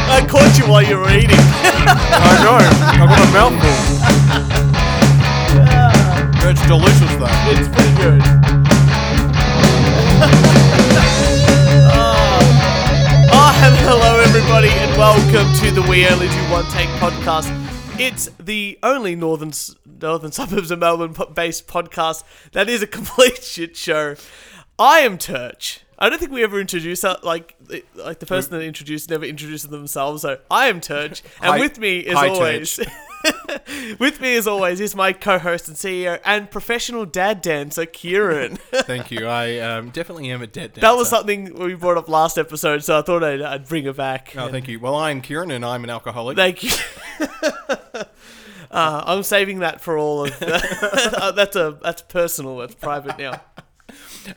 eating while you were eating. I know. I got a mouthful. It's delicious though. it's pretty good. oh. Oh, and hello, everybody, and welcome to the We Only Do One Take podcast. It's the only northern s- northern suburbs of Melbourne po- based podcast that is a complete shit show. I am Turch. I don't think we ever introduced that. Like, the- like the person that introduced never introduced themselves. So I am Turch, and Hi- with me, as hi, always, with me as always is my co-host and CEO and professional dad dancer Kieran. Thank you. I um, definitely am a dead dancer. that was something we brought up last episode, so I thought I'd, I'd bring it back. Oh, thank you. Well, I'm Kieran, and I'm an alcoholic. Thank you. uh, I'm saving that for all of uh, that's a that's personal, that's private now.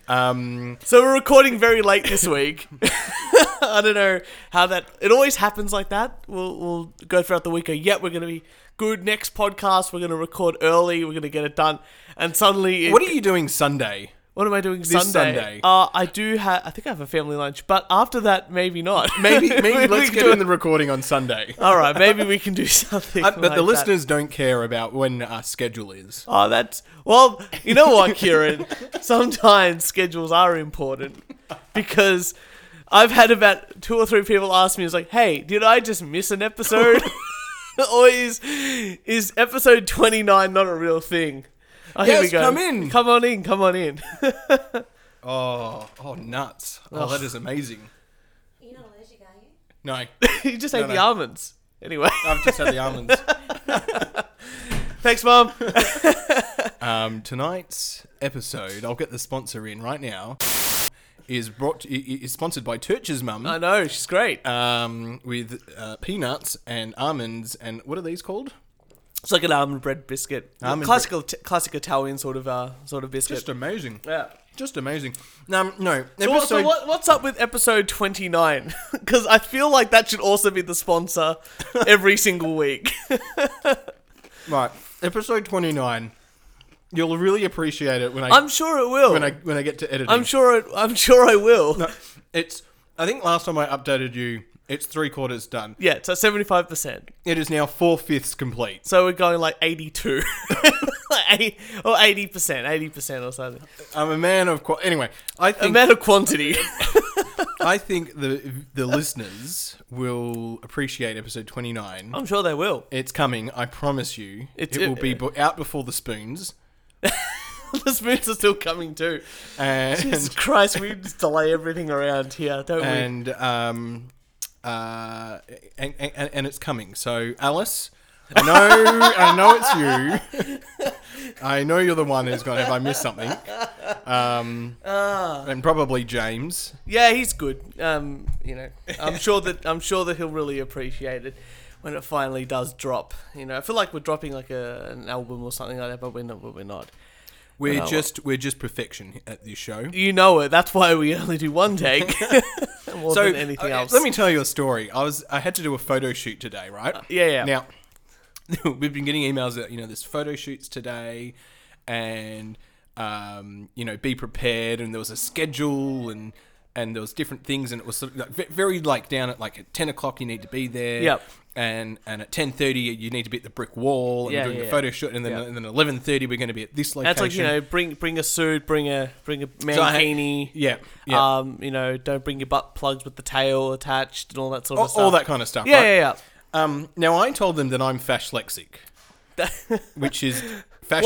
Um, So we're recording very late this week. I don't know how that it always happens like that. We'll we'll go throughout the week. Go, yep, we're gonna be good. Next podcast, we're gonna record early. We're gonna get it done. And suddenly, it, what are you doing Sunday? what am I doing Sunday? Uh, I do have. I think I have a family lunch, but after that, maybe not. Maybe, maybe We let's can get do in it. the recording on Sunday. All right, maybe we can do something. Uh, but like the that. listeners don't care about when our schedule is. Oh, that's well. You know what, Kieran? Sometimes schedules are important because I've had about two or three people ask me, "It's like, hey, did I just miss an episode, or is is episode twenty nine not a real thing?" Oh, here we Yes, go. come in. Come on in. Come on in. Oh, oh, nuts! Oh, that is amazing. You're not allergic, are you? No, you just ate No, the no. almonds. Anyway, I've just had the almonds. thanks, mom. Um, tonight's episode, I'll get the sponsor in right now. Is brought i- i- is sponsored by Turch's Mum. I know she's great. Um, with uh, peanuts and almonds and what are these called? It's like an almond bread biscuit, Almond classical, t- classic Italian sort of uh, sort of biscuit. Just amazing. yeah. Just amazing. Um, Uh, no. So, what, so episode- what, what's up with episode 29? Because I feel like that should also be the sponsor every single week. Right. Episode 29. You'll really appreciate it when I I'm sure it will. when I when I get to editing. I'm sure it, I'm sure I will. No, it's I think last time I updated you, it's three quarters done. Yeah, so 75%. It is now four fifths complete. So we're going like 82. like 80, or 80%, 80% or something. I'm a man of qu- anyway. I think Amount of quantity. I think the the listeners will appreciate episode 29. I'm sure they will. It's coming, I promise you. It's- it will be bo- out before the spoons. the spoons are still coming too. Jesus And Christ, we just delay everything around here, don't we? and um, uh, and, and, and it's coming. So Alice, I know, I know it's you. I know you're the one who's gonna. If I miss something, um, Ah. and probably James. Yeah, he's good. Um, you know, I'm sure that I'm sure that he'll really appreciate it when it finally does drop. You know, I feel like we're dropping like a, an album or something like that, but we're not. But we're not. We're Well, just we're just perfection at this show. You know it. That's why we only do one take more So than anything uh, else. let me tell you a story. I was I had to do a photo shoot today, right? yeah, yeah. Now we've been getting emails that you know there's photo shoots today, and um, you know be prepared, and there was a schedule, and and there was different things, and it was sort of like, ve- very like down at like at ten o'clock you need to be there. Yep. And, and at ten thirty you need to be at the brick wall and Yeah, doing yeah, the yeah. photo shoot and then Yeah. and then eleven thirty we're going to be at this location. That's like you know, bring bring a suit, bring a bring a So I had- mankini. yeah yeah Um, you know, don't bring your butt plugs with the tail attached and all that sort all, of stuff. all that kind of stuff. Yeah, right? yeah, Um, now I told them that I'm fashlexic, which is fashion.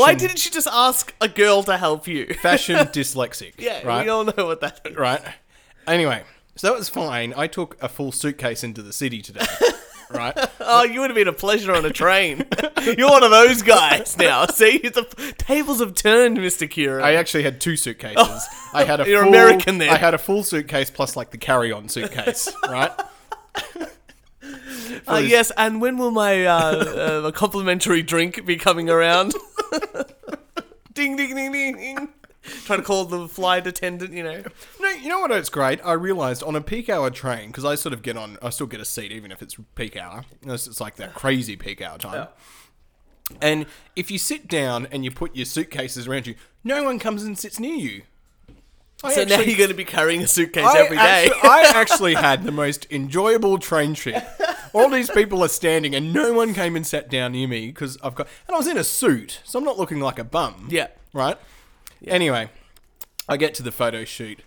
Why didn't you just ask a girl to help you? fashion dyslexic? Yeah, right, we all know what that is. right. Anyway, so that was fine. I took a full suitcase into the city today, right? Oh, you would have been a pleasure on a train. You're one of those guys now. See, the tables have turned, Mister Kieran. I actually had two suitcases. I had a You're full, American then. I had a full suitcase plus like the carry-on suitcase, right? Uh, yes, and when will my uh, uh, complimentary drink be coming around? ding, ding, ding, ding, ding. Trying to call the flight attendant, you know. No, you know what? It's great. I realised on a peak hour train because I sort of get on. I still get a seat even if it's peak hour. Unless it's like that crazy peak hour time. And if you sit down and you put your suitcases around you, no one comes and sits near you. I so now actually- you're going to be carrying a suitcase I every day. actu- I actually had the most enjoyable train trip All these people are standing, and no one came and sat down near me because I've got. And I was in a suit, so I'm not looking like a bum. Yeah. Right? Anyway, I get to the photo shoot,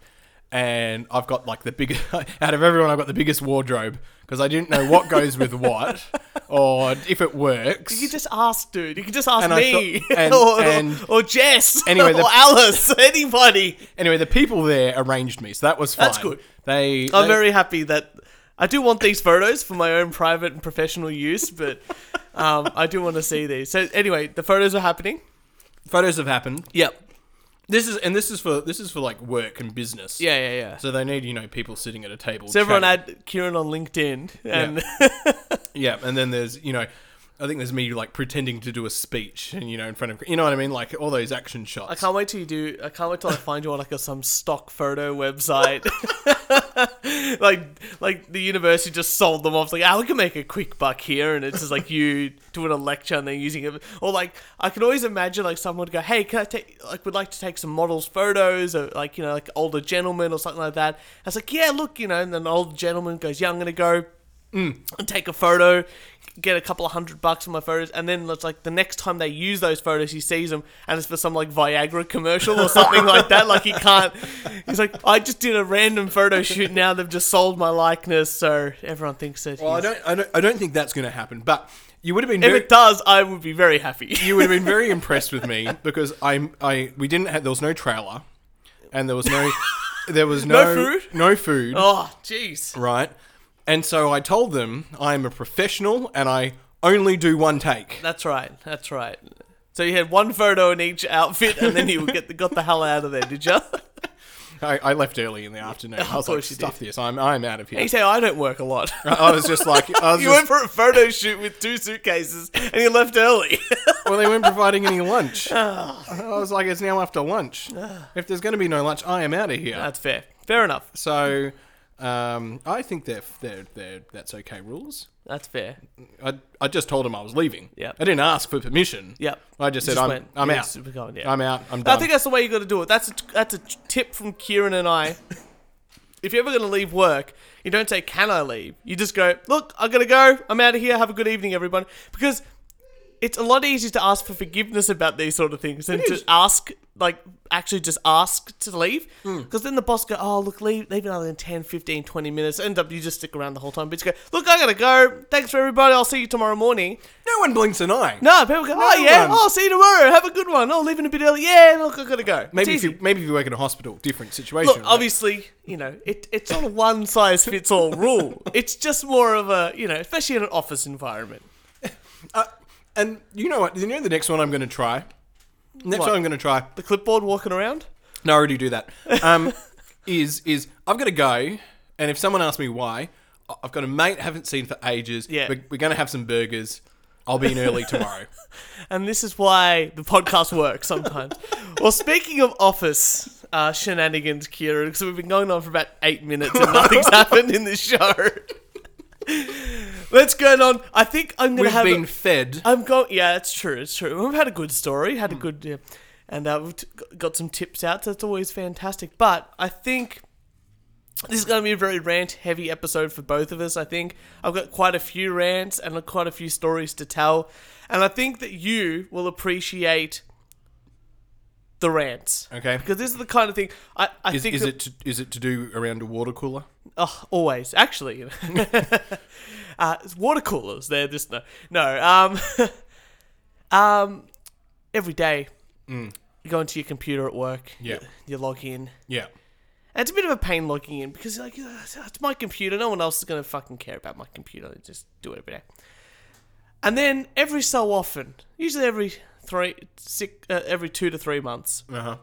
and I've got like the biggest. Out of everyone, I've got the biggest wardrobe because I didn't know what goes with what or if it works. You can just ask, dude. You can just ask And I me thought- and- or, and- or, or Jess Anyway, the- or Alice, anybody. Anyway, the people there arranged me, so that was fine. That's good. They. I'm they- very happy that I do want these photos for my own private and professional use, but um, I do want to see these. So anyway, the photos are happening. photos have happened. Yep. This is and this is for this is for like work and business. Yeah, yeah, yeah. So, So they need you know people sitting at a table. everyone chatting. add Kieran on LinkedIn, and Yeah, and then there's you know, I think there's me like pretending to do a speech and you know in front of you know what I mean like all those action shots. I can't wait till you do. I can't wait till I find you on like a, some stock photo website. like, like the university just sold them off. Like, oh, we can make a quick buck here, and it's just like you doing a lecture and they're using it. Or like, I can always imagine like someone would go, "Hey, can I take like would like to take some models photos or like you know like older gentlemen or something like that." I was like, "Yeah, look, you know," and then an old gentleman goes, "Yeah, I'm gonna go." and take a photo, get a couple of hundred bucks for my photos, and then it's like the next time they use those photos, he sees them, and it's for some like Viagra commercial or something like that. Like he can't. He's like, I just did a random photo shoot. Now they've just sold my likeness, so everyone thinks that. Well, I he's- don't, I don't, I don't think that's going to happen. But you would have been If very, it does, I would be very happy. you would have been very impressed with me because I'm, I we didn't have there was no trailer, and there was no, there was No no, food? no food, Oh, jeez. right? And so I told them I'm a professional and I only do one take. That's right. That's right. So you had one photo in each outfit, and then you get the, got the hell out of there, did you? I, I left early in the afternoon. I was like, course you stuff this. I'm, I'm out of here. He said, I don't work a lot. I- I was just like, I was You just- went for a photo shoot with two suitcases, and you left early. well, they weren't providing any lunch. Ah. I was like, it's now after lunch. If there's going to be no lunch, I am out of here. That's fair. Fair enough. So, um, I think they're, they're, they're that's okay rules. That's fair. I, I just told them I was leaving. Yep. I didn't ask for permission. Yep. I just You said just I'm, went, I'm yeah, out. super going, yeah. I'm out. I'm done. I think that's the way you got to do it. That's a, that's a tip from Kieran and I. if you're ever going to leave work, you don't say, Can I leave? You just go, Look, i got to go. I'm out of here. Have a good evening, everyone. Because it's a lot easier to ask for forgiveness about these sort of things than to ask, like, actually just ask to leave. Hmm. Because then the boss go, Oh, look, leave, leave another 10, 15, 20 minutes. End up, you just stick around the whole time. But you go, Look, i got to go. Thanks for everybody. I'll see you tomorrow morning. no one blinks an eye. No, people go, oh No yeah, one. oh, see you tomorrow. Have a good one. Oh, leaving a bit early. Yeah, look, I gotta go. Maybe It's if you easy. maybe if you work in a hospital, different situation. look, right? obviously, you know, it, it's not a one size fits all rule. It's just more of a, you know, especially in an office environment. And you know what? You know the next one I'm going to try. Next What? one I'm going to try. The clipboard walking around. No, I already do that. Um, is is I've got to go, and if someone asks me why, I- I've got a mate I haven't seen for ages. Yeah. we're, we're going to have some burgers. I'll be in early tomorrow. And this is why the podcast works sometimes. well, speaking of office uh, shenanigans, Kira, because we've been going on for about eight minutes and nothing's happened in this show. Let's go on. I think I'm going We've to have. been fed. I'm going. Yeah, it's true. It's true. We've had a good story. Hmm. Had a good, yeah, and uh, we've t- got some tips out. So it's always fantastic. But I think this is going to be a very rant-heavy episode for both of us. I think I've got quite a few rants and uh, quite a few stories to tell, and I think that you will appreciate the rants. Okay. Because this is the kind of thing I, I Is, think is that- it to, is it to do around a water cooler? Oh, always. Actually, uh, it's water coolers. They're just no, no. Um, um, every day, you go into your computer at work. Mm. Yeah. You, you log in. Yeah. And it's a bit of a pain logging in because you're like "Ugh, it's my computer. No one else is gonna fucking care about my computer. They just do it every day. And then every so often, usually every three, six, uh, every two to three months, Uh huh.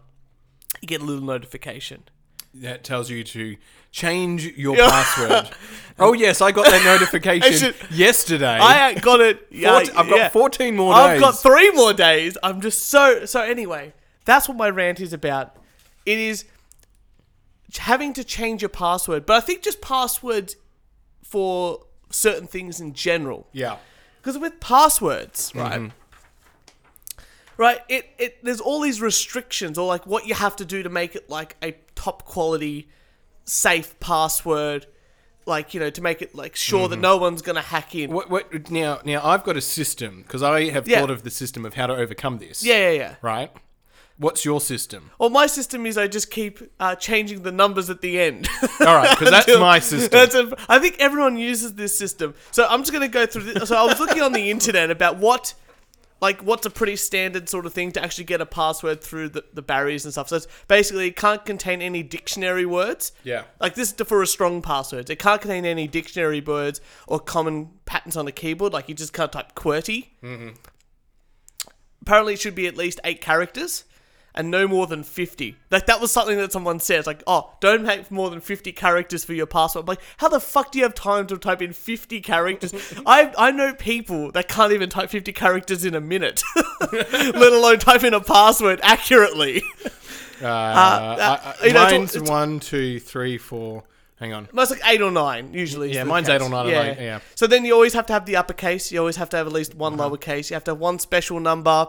you get a little notification. That tells you to change your password. Oh yes, I got that notification should- yesterday. I uh, got it. Yeah, Fourt- I've got yeah. 14 more I've days. got three more days. I'm just so so. Anyway, that's what my rant is about. It is having to change your password, but I think just passwords for certain things in general. yeah. Mm-hmm. Because with passwords, right? Right, it, it there's all these restrictions or like what you have to do to make it like a top quality safe password like you know to make it like sure that no one's gonna hack in. Mm-hmm. What, what, now, now I've got a system because I have Yeah. thought of the system of how to overcome this. Yeah, yeah, yeah. Right. What's your system? Well, my system is I just keep uh, changing the numbers at the end. All right, because that's my system. That's a, I think everyone uses this system. So I'm just going to go through this. So I was looking on the internet about what, like, what's a pretty standard sort of thing to actually get a password through the, the barriers and stuff. So it's basically it can't contain any dictionary words. Yeah. Like this is for a strong password. It can't contain any dictionary words or common patterns on a keyboard. Like you just can't type QWERTY. Mm-hmm. Apparently, it should be at least eight characters and no more than 50. Like, that was something that someone says, like, oh, don't make more than 50 characters for your password. I'm like, how the fuck do you have time to type in 50 characters? I, I know people that can't even type 50 characters in a minute, let alone type in a password accurately. Uh, uh, I, I, you know, it's all- mine's it's- one, two, three, four. Hang on. Most like eight or nine, usually. is Yeah, the mine's case. eight or nine, and I- yeah. Uh-huh. So then you always have to have the uppercase. You always have to have at least one lowercase. You have to have one special number.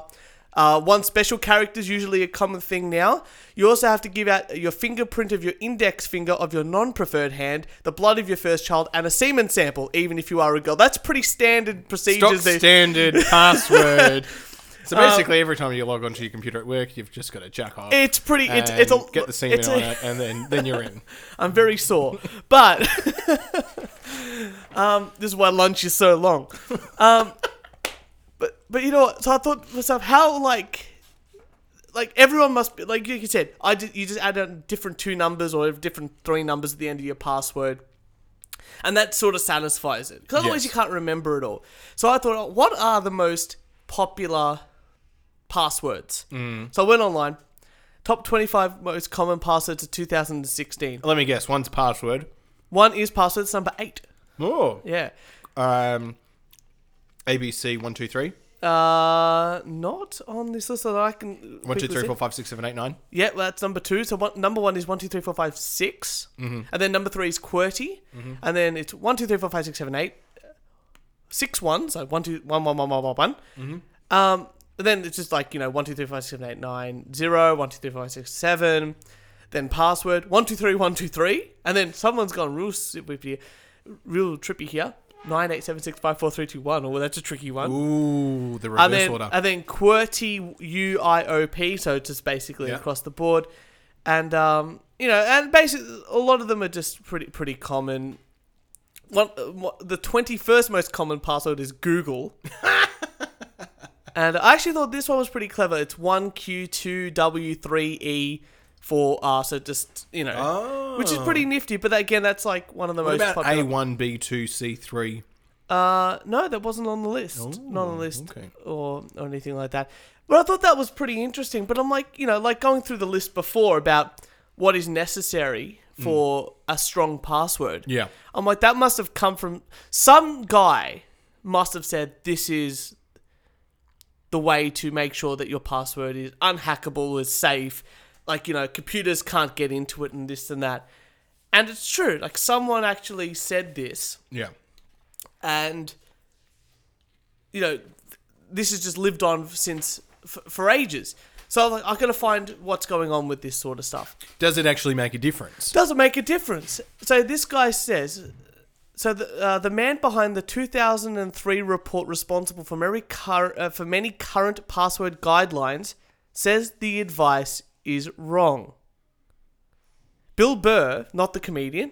Uh, one special character is usually a common thing now. You also have to give out your fingerprint of your index finger of your non preferred hand, the blood of your first child, and a semen sample, even if you are a girl. That's pretty standard Stock procedures. there. standard password. So Uh, basically, every time you log onto your computer at work, you've just got to jack off. it's pretty. It's, it's a and get the semen it's on a- it, and then then you're in. I'm very sore, but um, this is why lunch is so long. Um, but but you know, what? so I thought to myself, how like like everyone must be like you said, I ju- you just add a different two numbers or different three numbers at the end of your password. And that sort of satisfies it. Because otherwise you Yes. can't remember it all. So I thought, what are the most popular passwords? So I went online. Top 25 most common passwords of 2016. Let me guess. One's password. One is passwords number eight. Oh. Yeah. Um. ABC one two three. Uh, not on this list that I can. One two quickly three see. four five six seven eight nine. Yeah, well, that's number two. So one, number one is one, two, three, four, five, six, and then number three is QWERTY, and then it's one, two, three, four, five, six, seven, eight, six one. So one, two, one, one, one, one, one, one. Um, and then it's just like you know one, two, three, five, six, seven, eight, nine, zero, one, two, three, four, five, six, seven. Then password one, two, three, one, two, three, and then someone's gone real trippy, real trippy here. Nine, eight, seven, six, five, four, three, two, one. Oh, that's a tricky one. Ooh, the reverse And then, order. and then QWERTY U I O P, so just basically Yeah. across the board, and um, you know, and basically a lot of them are just pretty pretty common. One, uh, mo- the twenty first most common password is Google, and I actually thought this one was pretty clever. It's one Q two W three E four R, so just you know, which is pretty nifty. But again, that's like one of the Oh. what most about A popular. one B two C three? Uh, no, that wasn't on the list. Not on the list Oh, okay. or, or anything like that. But I thought that was pretty interesting. But I'm like, you know, like going through the list before about what is necessary for a strong password. Hmm. Yeah. I'm like, that must have come from some guy must have said this is the way to make sure that your password is unhackable, is safe, like, you know, computers can't get into it and this and that. And it's true. Like someone actually said this Yeah. and you know th- this has just lived on since f- for ages so i'm like i'm gonna find what's going on with this sort of stuff Does it actually make a difference? doesn't make a difference so this guy says so the, uh, the man behind the 2003 report responsible for many, cur- uh, for many current password guidelines says the advice is wrong Bill Burr, not the comedian,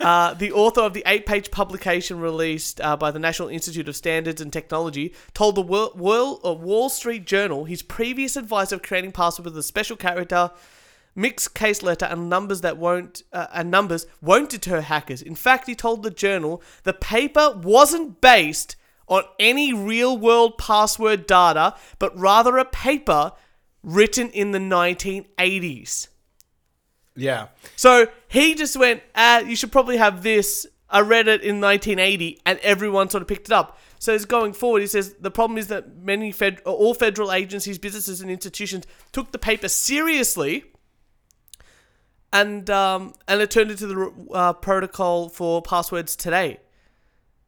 uh, the author of the eight page publication released uh, by the National Institute of Standards and Technology, told the Wall, Wall, uh, Wall Street Journal his previous advice of creating passwords with a special character, mixed case letter, and numbers that won't uh, and numbers won't deter hackers. In fact, he told the journal the paper wasn't based on any real world password data, but rather a paper written in the 1980s. Yeah. So he just went, ah, you should probably have this. I read it in 1980, and everyone sort of picked it up. So it's going forward. He says the problem is that many fed- or all federal agencies, businesses, and institutions took the paper seriously, and um, and it turned into the uh, protocol for passwords today.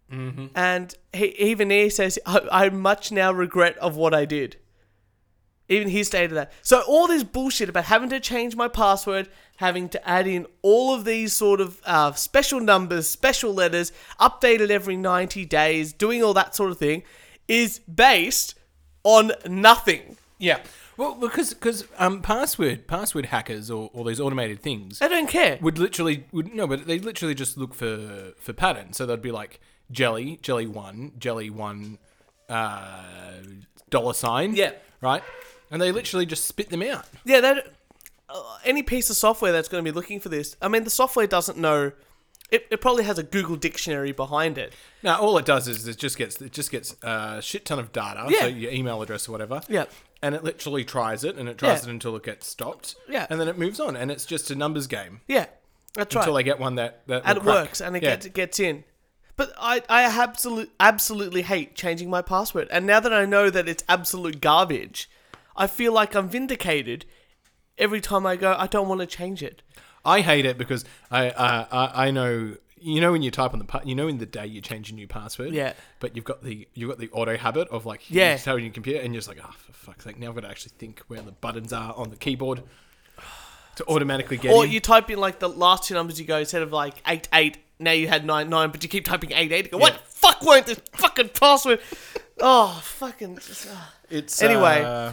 And he, even he says, I, I much now regret of what I did. Even he stated that. So all this bullshit about having to change my password, having to add in all of these sort of uh, special numbers, special letters, updated every 90 days, doing all that sort of thing, is based on nothing. Yeah. Well, because because um, password password hackers or, or these automated things I don't care. would literally would no, but they literally just look for for patterns. So they'd be like jelly, jelly one, jelly one, uh, dollar sign. Yeah. Right. And they literally just spit them out. Yeah, that uh, any piece of software that's going to be looking for this. I mean, the software doesn't know. It, it probably has a Google dictionary behind it. Now all it does is it just gets it just gets a shit ton of data, Yeah. so your email address or whatever. Yeah. And it literally tries it and it tries Yeah. it until it gets stopped. Yeah. And then it moves on and it's just a numbers game Yeah, that's right. until they get one that that and will it crack. works and it Yeah. gets, gets in. But I, I absolutely absolutely hate changing my password. And now that I know that it's absolute garbage, I feel like I'm vindicated every time I go, I don't want to change it. I hate it because I uh, I I know you know when you type on the pa- you know in the day you change a new password. Yeah. But you've got the you've got the auto habit of like Yeah. you just have it on your computer and you're just like oh for fuck's sake now I've got to actually think where the buttons are on the keyboard to automatically get Or in. you type in like the last two numbers you go instead of like 8 8, now you had 9 9, but you keep typing 8 8. You go, what Yeah. the fuck weren't this fucking password? oh, fucking. Just, oh. it's anyway. uh,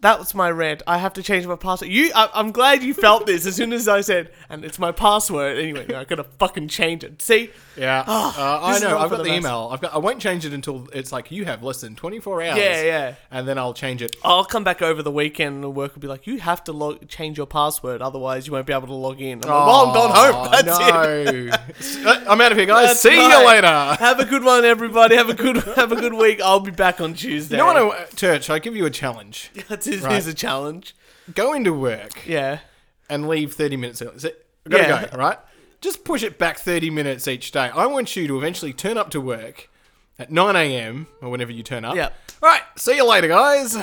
That was my rant. I have to change my password. You, I, I'm glad you felt this as soon as I said, and it's my password. Anyway, I gotta fucking change it. See? yeah. Oh, uh, I this is know. all I've for got the, the best. email. I've got. I won't change it until it's like you have less than 24 hours. Yeah, yeah. And then I'll change it. I'll come back over the weekend and work will be like, you have to log- change your password, otherwise you won't be able to log in. I'm like, well, I'm gone home. That's it. no. it. I'm out of here, guys. That's See right. you later. Have a good one, everybody. Have a good have a good week. I'll be back on Tuesday. You know what, I- Church? I give you a challenge. That's his, Right. Here's a challenge. Go into work Yeah. and leave 30 minutes early. So, gotta Yeah. go, all right? Just push it back 30 minutes each day. I want you to eventually turn up to work at 9 a.m. or whenever you turn up. Yep. All right, see you later, guys.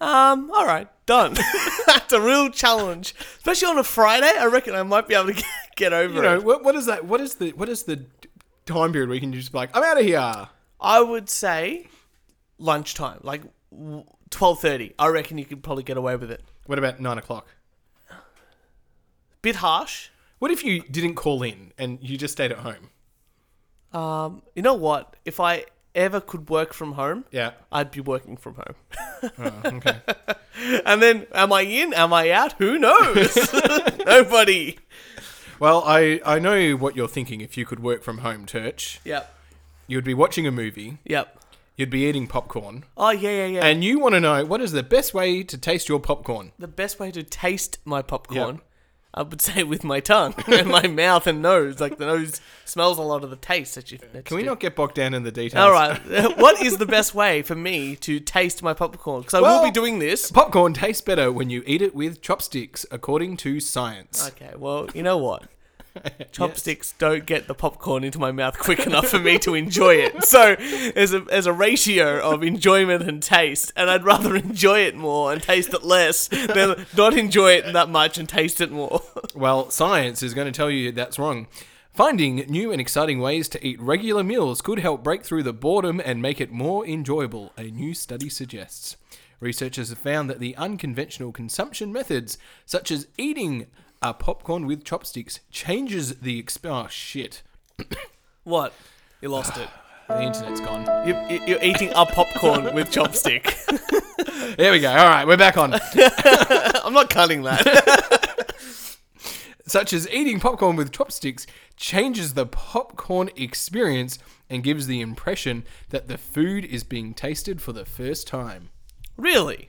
Um. All right. Done. That's a real challenge, especially on a Friday. I reckon I might be able to get, get over You know, it. what, what is that? What is the what is the time period where you can just be like, I'm out of here? I would say lunchtime, like twelve thirty. I reckon you could probably get away with it. What about 9 o'clock? Bit harsh. What if you didn't call in and you just stayed at home? You know what? If I ever could work from home, Yeah. I'd be working from home. Oh, and then, am I in? Am I out? Who knows? Nobody. Well, I, I know what you're thinking if you could work from home, Church. Yep. You'd be watching a movie, Yep. you'd be eating popcorn. Oh yeah, yeah, yeah. and you want to know what is the best way to taste your popcorn. the best way to taste my popcorn, Yep. I would say with my tongue and my mouth and nose. Like the nose smells a lot of the taste that you. that you Can we do. not get bogged down in the details? All right. what is the best way for me to taste my popcorn? Because I will Well- be doing this. Popcorn tastes better when you eat it with chopsticks, according to science. Okay. Well, you know what. Chopsticks don't get the popcorn into my mouth quick enough for me to enjoy it. So there's a there's a ratio of enjoyment and taste, and I'd rather enjoy it more and taste it less than not enjoy it that much and taste it more. Well, science is going to tell you that's wrong. Finding new and exciting ways to eat regular meals could help break through the boredom and make it more enjoyable, a new study suggests. Researchers have found that the unconventional consumption methods, such as eating a popcorn with chopsticks, changes the exp- oh shit, What? You lost it. the internet's gone. You- you- You're eating a popcorn with chopstick. There we go. All right, we're back on. I'm not cutting that. Such as eating popcorn with chopsticks changes the popcorn experience and gives the impression that the food is being tasted for the first time. Really?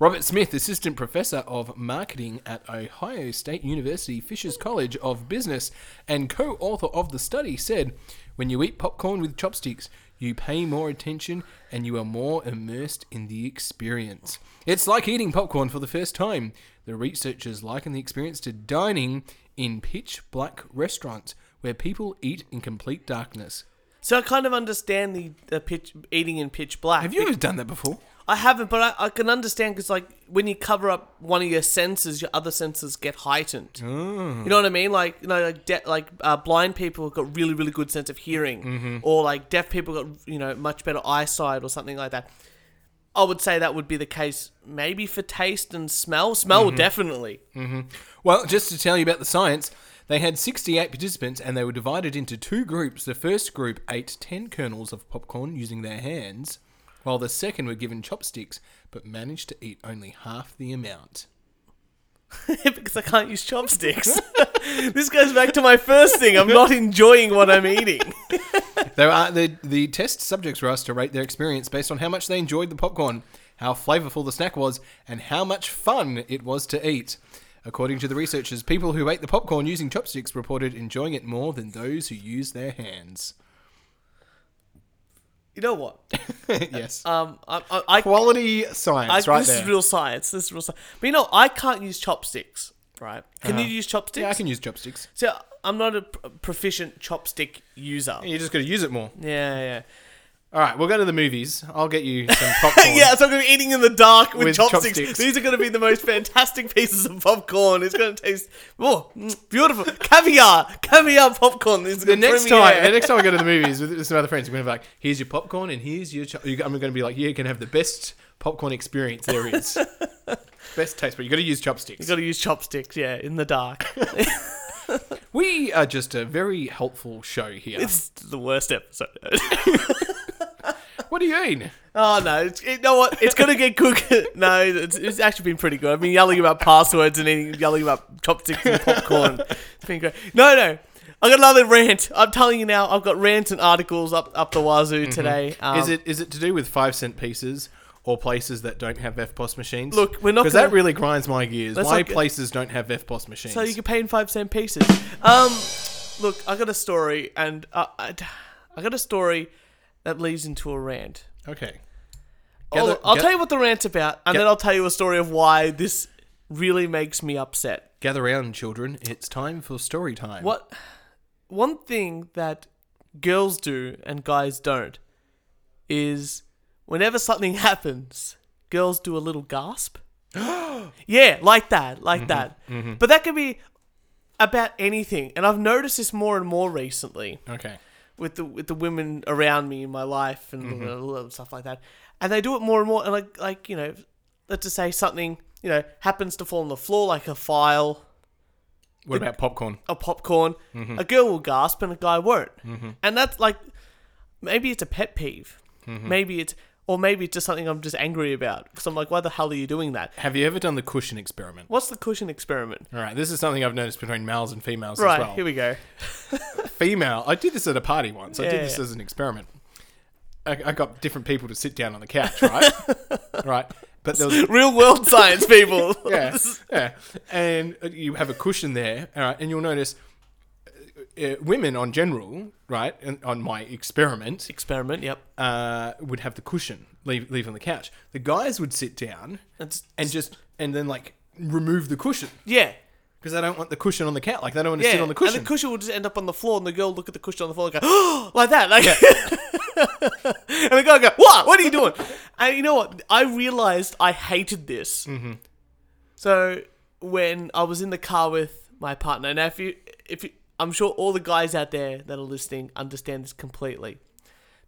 Robert Smith, assistant professor of marketing at Ohio State University Fisher's College of Business and co author of the study, said, When you eat popcorn with chopsticks, you pay more attention and you are more immersed in the experience. It's like eating popcorn for the first time. The researchers liken the experience to dining in pitch black restaurants where people eat in complete darkness. So I kind of understand the, the pitch eating in pitch black. Have you ever done that before? I haven't, but I, I can understand because like when you cover up one of your senses, your other senses get heightened. You know what I mean? Like you know, like de- like uh, blind people have got really really good sense of hearing, or like deaf people got you know much better eyesight or something like that. I would say that would be the case maybe for taste and smell. Smell definitely. Well, just to tell you about the science, they had 68 participants and they were divided into two groups. The first group ate 10 kernels of popcorn using their hands, while the second were given chopsticks but managed to eat only half the amount. because I can't use chopsticks. this goes back to my first thing. I'm not enjoying what I'm eating. There are, the, the test subjects were asked to rate their experience based on how much they enjoyed the popcorn, how flavorful the snack was, and how much fun it was to eat. According to the researchers, people who ate the popcorn using chopsticks reported enjoying it more than those who used their hands. You know what? yes. Um, I, I, I, Quality science, I- right this is there. real science. This is real science. But you know, I can't use chopsticks. Right? Can you use chopsticks? Uh-huh. yeah, I can use chopsticks. So I'm not a pr- proficient chopstick user. Yeah, You just got to use it more. yeah. All right, we'll go to the movies. I'll get you some popcorn. Yeah, so I'm going to be eating in the dark with, With chopsticks. chopsticks. These are going to be the most fantastic pieces of popcorn. It's going to taste oh, mm, beautiful. Caviar, caviar popcorn. This is The gonna next premiere. time, the next time I go to the movies with some other friends, we're gonna be like, "Here's your popcorn, and here's your." Cho-. you- I'm gonna be like, "You can have the best popcorn experience there is, best taste, but you got to use you chopsticks." got to use chopsticks. Yeah, in the dark. We are just a very helpful show here. it's the worst episode. what do you mean? oh no! It's, you know what? It's going to get cooked. no, it's, it's actually been pretty good. I've been yelling about passwords and eating, yelling about chopsticks and popcorn. It's been great. No, no. I got another rant. I'm telling you now. I've got rants and articles up up the wazoo today. Um, Mm-hmm. is it is it to do with five cent pieces? Or places that don't have FPOS machines. Look, we're not because gonna- that really grinds my gears. Let's Why not get- places don't have FPOS machines? So you can pay in five cent pieces. Um, look, I got a story, and uh, I, I got a story that leads into a rant. okay. I'll, Gather- Oh, I'll ga- tell you what the rant's about, and Get- then I'll tell you a story of why this really makes me upset. Gather round, children. It's time for story time. What one thing that girls do and guys don't is whenever something happens, girls do a little gasp. yeah, like that, like that. But that could be about anything, and I've noticed this more and more recently Okay. with the with the women around me in my life and stuff like that. And they do it more and more. And like like you know, let's just say something you know happens to fall on the floor, like a file What about popcorn? a popcorn, Mm-hmm. a girl will gasp and a guy won't. And that's like, maybe it's a pet peeve. Mm-hmm. Maybe it's, or maybe it's just something I'm just angry about. Because I'm like, why the hell are you doing that? Have you ever done the cushion experiment? What's the cushion experiment? All right, this is something I've noticed between males and females Right, as well. here we go. Female, I did this at a party once. I Yeah, did this yeah. as an experiment. I, I got different people to sit down on the couch, right? right, but there was Real world science, people. yeah, yeah, and you have a cushion there, all right, and you'll notice uh, uh, women on general, right, and on my experiment, Experiment, yep. uh, would have the cushion leave leave on the couch. The guys would sit down It's- and just and then like remove the cushion. Yeah. Because they don't want the cushion on the couch. Like they don't want to Yeah. sit on the cushion. And the cushion will just end up on the floor, and the girl will look at the cushion on the floor and go, oh, like that. Like, and the guy will go, what? What are you doing? and you know what? I realized I hated this. Mm-hmm. So when I was in the car with my partner, now if you, if you, I'm sure all the guys out there that are listening understand this completely.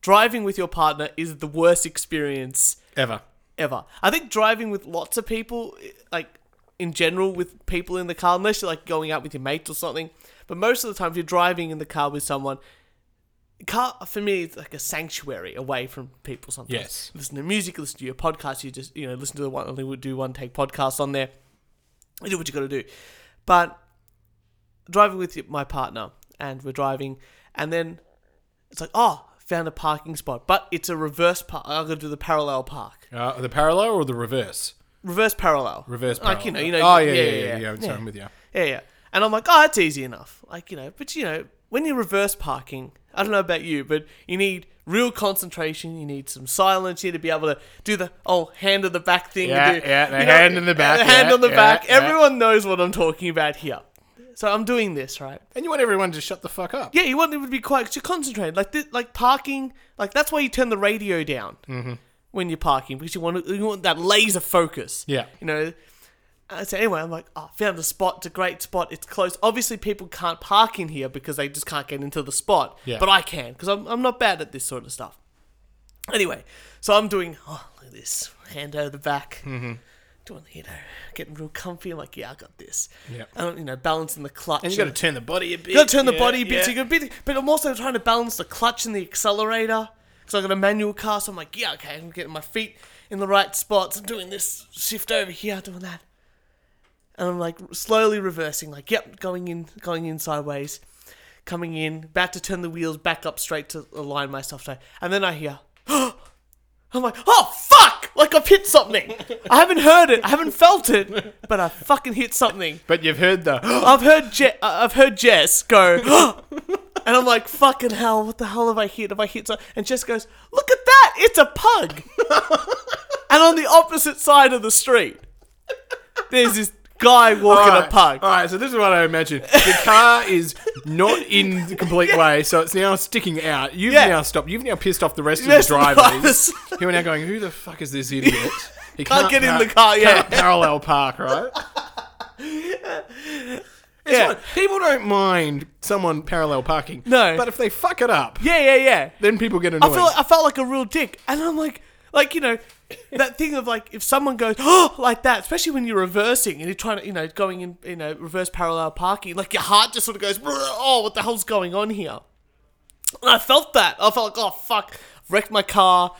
Driving with your partner is the worst experience Ever. ever. I think driving with lots of people, like in general with people in the car, unless you're like going out with your mates or something. But most of the time, if you're driving in the car with someone, car for me it's like a sanctuary away from people. Sometimes Yes. listen to music, listen to your podcast. You just you know listen to the one only we do one take podcast on there. You do what you got to do, but driving with my partner and we're driving and then it's like oh found a parking spot but it's a reverse park i'm going to do the parallel park Uh, the parallel or the reverse? reverse parallel. Reverse parallel. Like you know, you know. Oh yeah, yeah, yeah. yeah, Sorry, I'm with you. Yeah, yeah. And I'm like, oh, that's easy enough. Like you know, but you know, when you're reverse parking, I don't know about you, but you need real concentration. You need some silence. You need to be able to do the oh hand of the back thing. Yeah, you do, yeah, the you know, hand in the back, The hand yeah, on the yeah, back. yeah. Everyone knows what I'm talking about here. So I'm doing this right. And you want everyone to shut the fuck up. Yeah, you want them to be quiet 'cause you're concentrated. Like this, like parking, like that's why you turn the radio down Mm-hmm. when you're parking because you want to, you want that laser focus. Yeah. you know. Uh, so anyway, I'm like, oh, found the spot. It's a great spot. It's close. Obviously, people can't park in here because they just can't get into the spot. Yeah. But I can because I'm I'm not bad at this sort of stuff. Anyway, so I'm doing, oh, look at this. Hand over the back. Mm-hmm. Doing, you know, getting real comfy. I'm like, yeah, I got this. Yep. I don't, you know, balancing the clutch. And you got to turn the body a bit. You gotta turn the Yeah, body a bit, yeah. so you can bit, but I'm also trying to balance the clutch and the accelerator because I got a manual car. So I'm like, yeah, okay, I'm getting my feet in the right spots. I'm doing this shift over here, doing that, and I'm like slowly reversing, like, yep, going in, going in sideways, coming in, about to turn the wheels back up straight to align myself. So, and then I hear, I'm like, oh fuck! Like I've hit something. I haven't heard it, I haven't felt it, but I fucking hit something. But you've heard the. I've heard Je- uh, I've heard Jess go, and I'm like, fucking hell, what the hell have I hit? Have I hit? So-? And Jess goes, look at that, it's a pug. and on the opposite side of the street, there's this guy walking a pug. All right, so this is what I imagine. The car is not in the complete way, so it's now sticking out. You've Yeah. now stopped. You've now pissed off the rest Yes, of the drivers. drivers. who are now going, who the fuck is this idiot? He Can't get in the car, yeah. can't parallel park, right? It's Yeah. fine. People don't mind someone parallel parking. No. But if they fuck it up, Yeah, yeah, yeah. then people get I annoyed. feel I felt like a real dick, and I'm like, like you know, that thing of like if someone goes oh like that, especially when you're reversing and you're trying to you know going in you know reverse parallel parking, like your heart just sort of goes "Bruh, oh what the hell's going on here, and I felt that I felt like oh fuck, I've wrecked my car,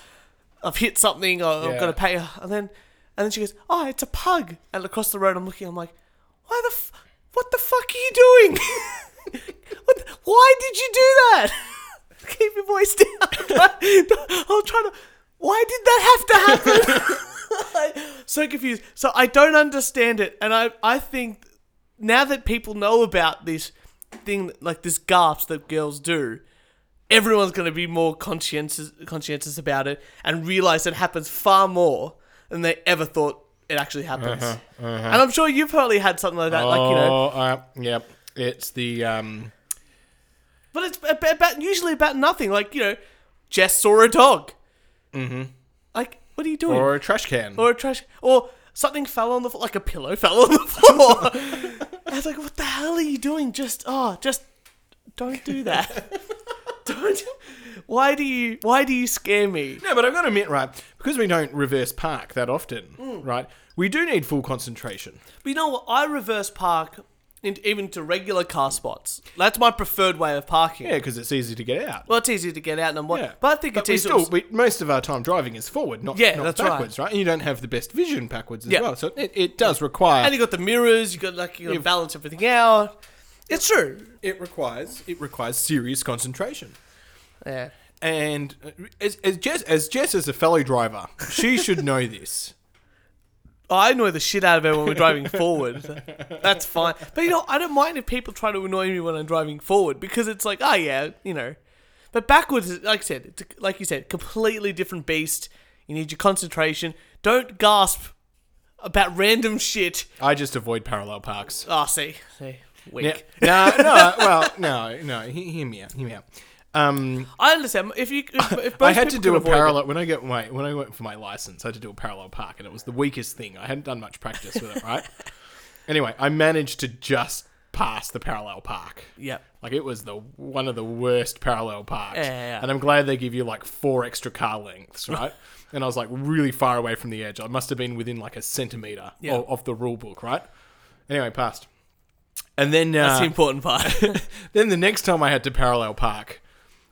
I've hit something, or Yeah. I've got to pay, and then and then she goes oh it's a pug, and across the road I'm looking, I'm like why the f- what the fuck are you doing? what the- why did you do that? Keep your voice down. I'm trying to. Why did that have to happen? so confused. So I don't understand it, and I I think now that people know about this thing, like this gasp that girls do, everyone's going to be more conscientious conscientious about it and realize it happens far more than they ever thought it actually happens. And I'm sure you've probably had something like that, like you know. Oh, uh, yep. It's the. Um, But it's ab- about usually about nothing. Like you know, Jess saw a dog. Mm-hmm. Like, what are you doing? Or, or a trash can. a trash, or something fell on the floor, like a pillow fell on the floor. I was like, what the hell are you doing? Just oh, just don't do that. don't. Why do you? Why do you scare me? No, but I've got to admit, right, because we don't reverse park that often, Mm. right, we do need full concentration. But you know what? I reverse park. in- Even to regular car spots. That's my preferred way of parking. Yeah, because it's easy to get out. Well, it's easy to get out and what, yeah. but I think it's we easy. still, we, most of our time driving is forward, not, Yeah, not that's right. backwards, right. And you don't have the best vision backwards as Yeah. well. So it, it does require. And you got the mirrors, you got like you got to balance everything out. It's true. it requires it requires serious concentration. Yeah. And uh, as, as Jess as Jess is a fellow driver, she should know this. I annoy the shit out of her when we're driving forward. That's fine. But you know, I don't mind if people try to annoy me when I'm driving forward because it's like, oh yeah, you know. But backwards, like I said, it's, like you said, completely different beast. You need your concentration. Don't gasp about random shit. I just avoid parallel parks. Ah, see, see, weak. Yeah. No, no, well, no, no. He, hear me out. Hear me out. Um, I understand if you. If, if I most had to people do could a avoid it- parallel when I got my when I went for my license. I had to do a parallel park, and it was the weakest thing. I hadn't done much practice with it, right? anyway, I managed to just pass the parallel park. Yep. Like it was the one of the worst parallel parks, Yeah, yeah, yeah. and I'm glad they give you like four extra car lengths, right? and I was like really far away from the edge. I must have been within like a centimeter Yeah. of, of the rule book, right? Anyway, passed. And then uh, That's the important part. then the next time I had to parallel park,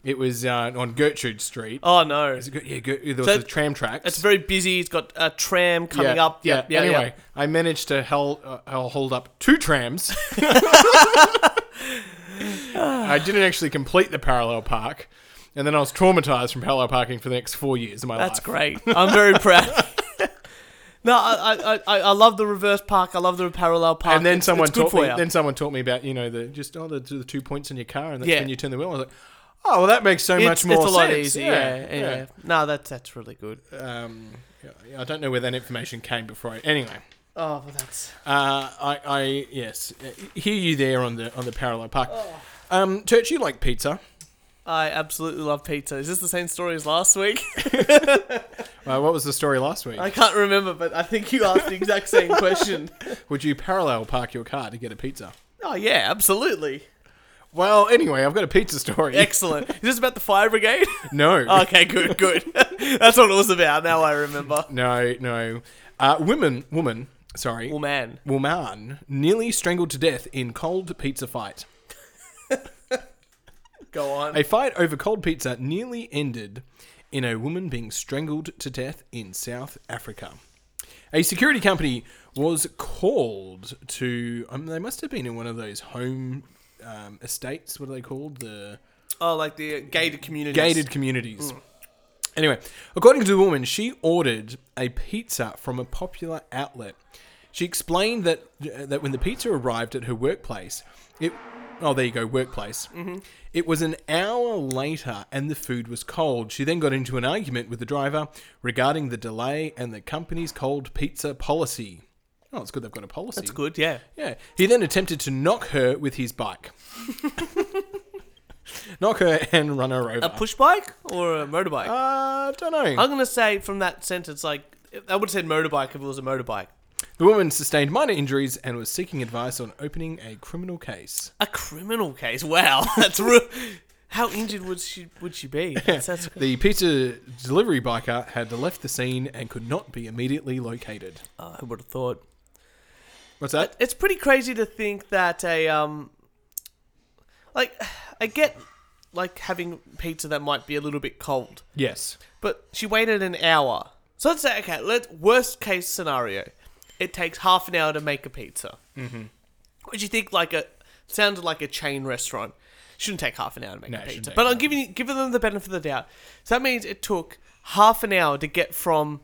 it was uh, on Gertrude Street. oh no. Is it Gert- yeah, Gert- there was So- the tram tracks. It's very busy. It's got a tram coming up. Yeah, yeah. anyway, yeah. I managed to held, uh, hel- hold up two trams. I didn't actually complete the parallel park, and then I was traumatized from parallel parking for the next four years of my That's life. great. I'm very proud. no, I, I, I, I love the reverse park. I love the parallel park. And then It's- someone it's good taught for me. you. Then someone taught me about you know the just oh the, the two points in your car, and that's Yeah. when you turn the wheel. I was like, oh well, that makes so it's, much more it's a lot sense. easier. Yeah, yeah, yeah. No, that's that's really good. um, yeah, I don't know where that information came before. I, anyway, Oh, well, that's uh, I, I yes, uh, hear you there on the on the parallel park. Um, Church, you like pizza? I absolutely love pizza. Is this the same story as last week? Uh, what was the story last week? I can't remember, but I think you asked the exact same question. Would you parallel park your car to get a pizza? Oh yeah, absolutely. Well, anyway, I've got a pizza story. Excellent. Is this about the fire brigade? no. okay, good, good. That's what it was about. Now I remember. No, no. Uh, women, woman, sorry. Well, man. Woman nearly strangled to death in cold pizza fight. Go on. A fight over cold pizza nearly ended in a woman being strangled to death in South Africa. A security company was called to. Um, they must have been in one of those home um, estates. What are they called? The Oh, like the uh, gated community. gated communities. Anyway, according to the woman, she ordered a pizza from a popular outlet. She explained that uh, that when the pizza arrived at her workplace, it oh there you go workplace. It was an hour later and the food was cold. She then got into an argument with the driver regarding the delay and the company's cold pizza policy. Oh, it's good they've got a policy. It's good, yeah. Yeah. He then attempted to knock her with his bike. knock her and run her over. A push bike or a motorbike? Uh, don't know. I'm gonna say from that sentence, like I would have said motorbike if it was a motorbike. the woman sustained minor injuries and was seeking advice on opening a criminal case. A criminal case. Wow, that's real. How injured would she would she be? That's, that's The pizza delivery biker had left the scene and could not be immediately located. oh, I would have thought. What's that? It's pretty crazy to think that a um, like I get like having pizza that might be a little bit cold, Yes. but she waited an hour. So let's say okay, let worst case scenario, it takes half an hour to make a pizza. Mm-hmm. Would you think like a sounded like a chain restaurant? Shouldn't take half an hour to make No, a it pizza, shouldn't but take I'm giving you- giving them the benefit of the doubt. So that means it took half an hour to get from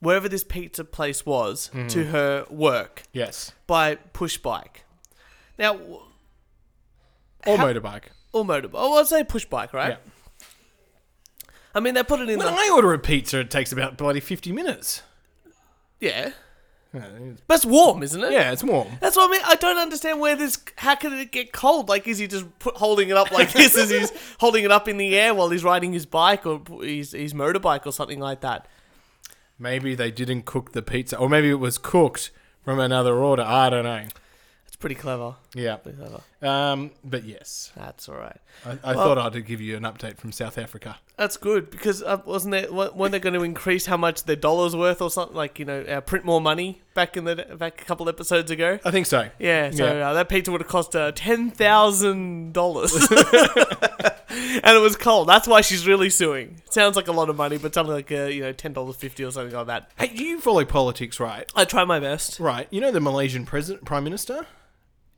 wherever this pizza place was Mm-hmm. to her work Yes. by push bike. Now, w- Or How- motorbike. or motorbike. Oh, I'd say push bike, right? Yeah. I mean, they put it in Uh, When the I order a pizza, it takes about bloody 50 minutes. yeah, Yeah, it's- but it's warm, isn't it? Yeah, it's warm. That's what I mean. I don't understand where this. How can it get cold? Like, is he just put, holding it up like this? as he's holding it up in the air while he's riding his bike or p- his, his motorbike or something like that? Maybe they didn't cook the pizza, or maybe it was cooked from another order. I don't know. It's pretty clever. Yeah. Pretty clever. Um, but yes, That's all right. I, I thought I'd give you an update from South Africa. That's good because uh, wasn't it wa- weren't they going to increase how much their dollars worth or something like you know uh, print more money back in the back a couple episodes ago? I think so. Yeah, so Yeah. Uh, that pizza would have cost her ten thousand dollars, and it was cold. That's why she's really suing. Sounds like a lot of money, but something like uh, you know ten dollars fifty or something like that. Hey, you follow politics, right? I try my best. Right. You know the Malaysian president, prime minister.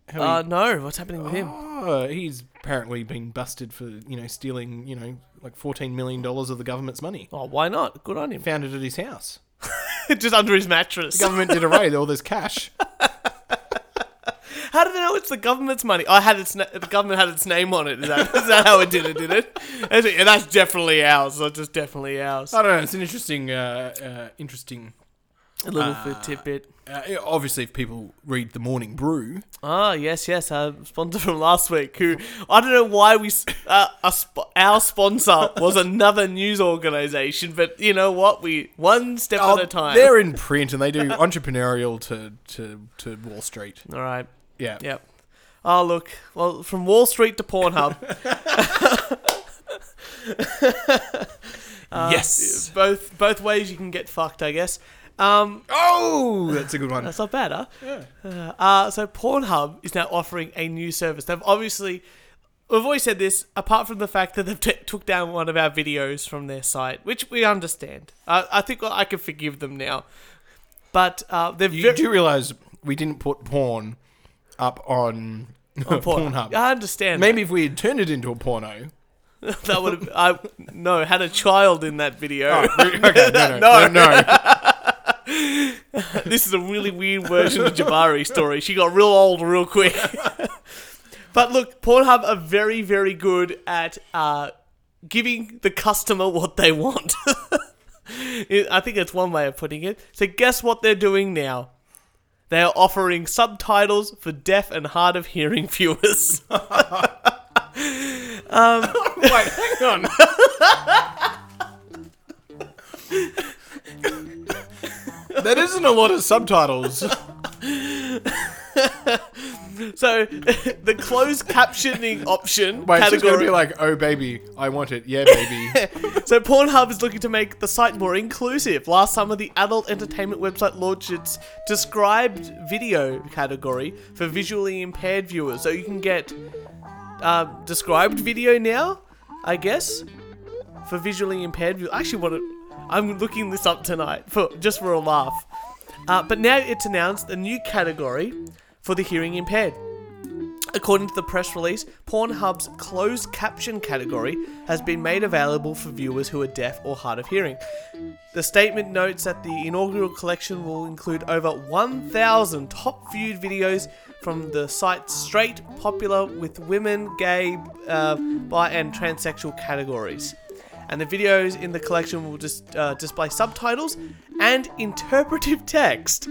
How Uh, no, what's happening with he, him? oh, he's apparently been busted for you know stealing you know like fourteen million dollars of the government's money. Oh, why not? Good on him. Found it at his house. Just under his mattress. The government did a raid. All this cash. How do they know it's the government's money? Oh, I had its na- the government had its name on it. Is that, is that how it did it? Did it? That's, yeah, that's definitely ours. That's just definitely ours. I don't know. It's an interesting, uh, uh, interesting. A little bit tidbit. Uh, obviously, if people read the Morning Brew, Ah, yes, yes, our sponsor from last week, who I don't know why we s- uh, our, sp- our sponsor was another news organization, but you know what? We one step Oh, at a time. they're in print and they do entrepreneurial to, to, to Wall Street. All right. Yeah. Yep. Oh, look. Well, from Wall Street to Pornhub, Uh, yes. both both ways you can get fucked, I guess. Um, Oh, that's a good one. that's not bad, huh? Uh, uh, so Pornhub is now offering a new service. They've obviously, we've always said this, apart from the fact that they've t- took down one of our videos from their site, which we understand. Uh, I think I can forgive them now. But uh, they've You do realize we didn't put porn up on, Pornhub. I understand. Maybe if we had turned it into a porno. that, that would have. I no had a child in that Oh, video. okay, no, no, no. no. this is a really weird version of Jabari's story. She got real old real quick. but look, Pornhub are very, very good at uh, giving the customer what they want. It- I think that's one way of putting it. So, guess what they're doing now? They are offering subtitles for deaf and hard of hearing viewers. Wait, hang on. that isn't a lot of subtitles. So the closed captioning option Wait, so it's going category. to be like, oh, baby, I want it. Yeah, baby. so Pornhub is looking to make the site more inclusive. Last summer, the adult entertainment website launched its described video category for visually impaired viewers. So you can get um, described video now, I guess, for visually impaired viewers. I actually want to. I'm looking this up tonight for just for a laugh. Uh, but now it's announced a new category for the hearing impaired. According to the press release, Pornhub's closed caption category has been made available for viewers who are deaf or hard of hearing. The statement notes that the inaugural collection will include over 1,000 top viewed videos from the site's straight, popular, with women, gay, uh, bi, and transsexual categories. And the videos in the collection will just uh, display subtitles and interpretive text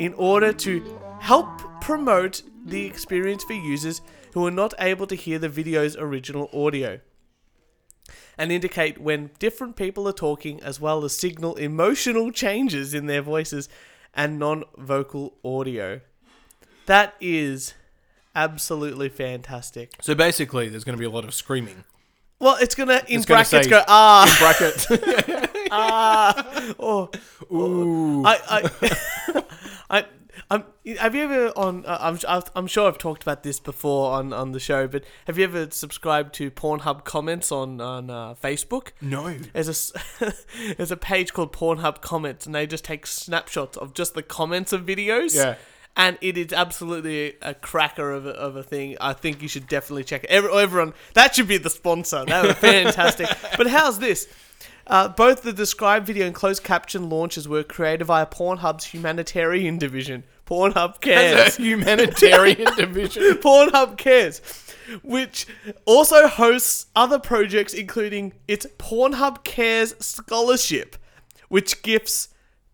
in order to help promote the experience for users who are not able to hear the video's original audio and indicate when different people are talking as well as signal emotional changes in their voices and non-vocal audio that is absolutely fantastic so basically, there's going to be a lot of screaming. well it's gonna in It's gonna brackets say- go ah Bracket. oh Ooh. I, I, I, I'm, have you ever on? Uh, I'm, I've- I'm sure I've talked about this before on, on the show, but have you ever subscribed to Pornhub comments on on uh, Facebook? no. There's a s- there's a page called Pornhub comments, and they just take snapshots of just the comments of videos. Yeah. And it is absolutely a cracker of a, of a thing. I think you should definitely check it. Every, everyone, that should be the sponsor. That would be fantastic. but how's this? Uh, both the described video and closed caption launches were created via Pornhub's humanitarian division. Pornhub cares. It's a humanitarian division. Pornhub Cares, which also hosts other projects including its Pornhub Cares Scholarship, which gifts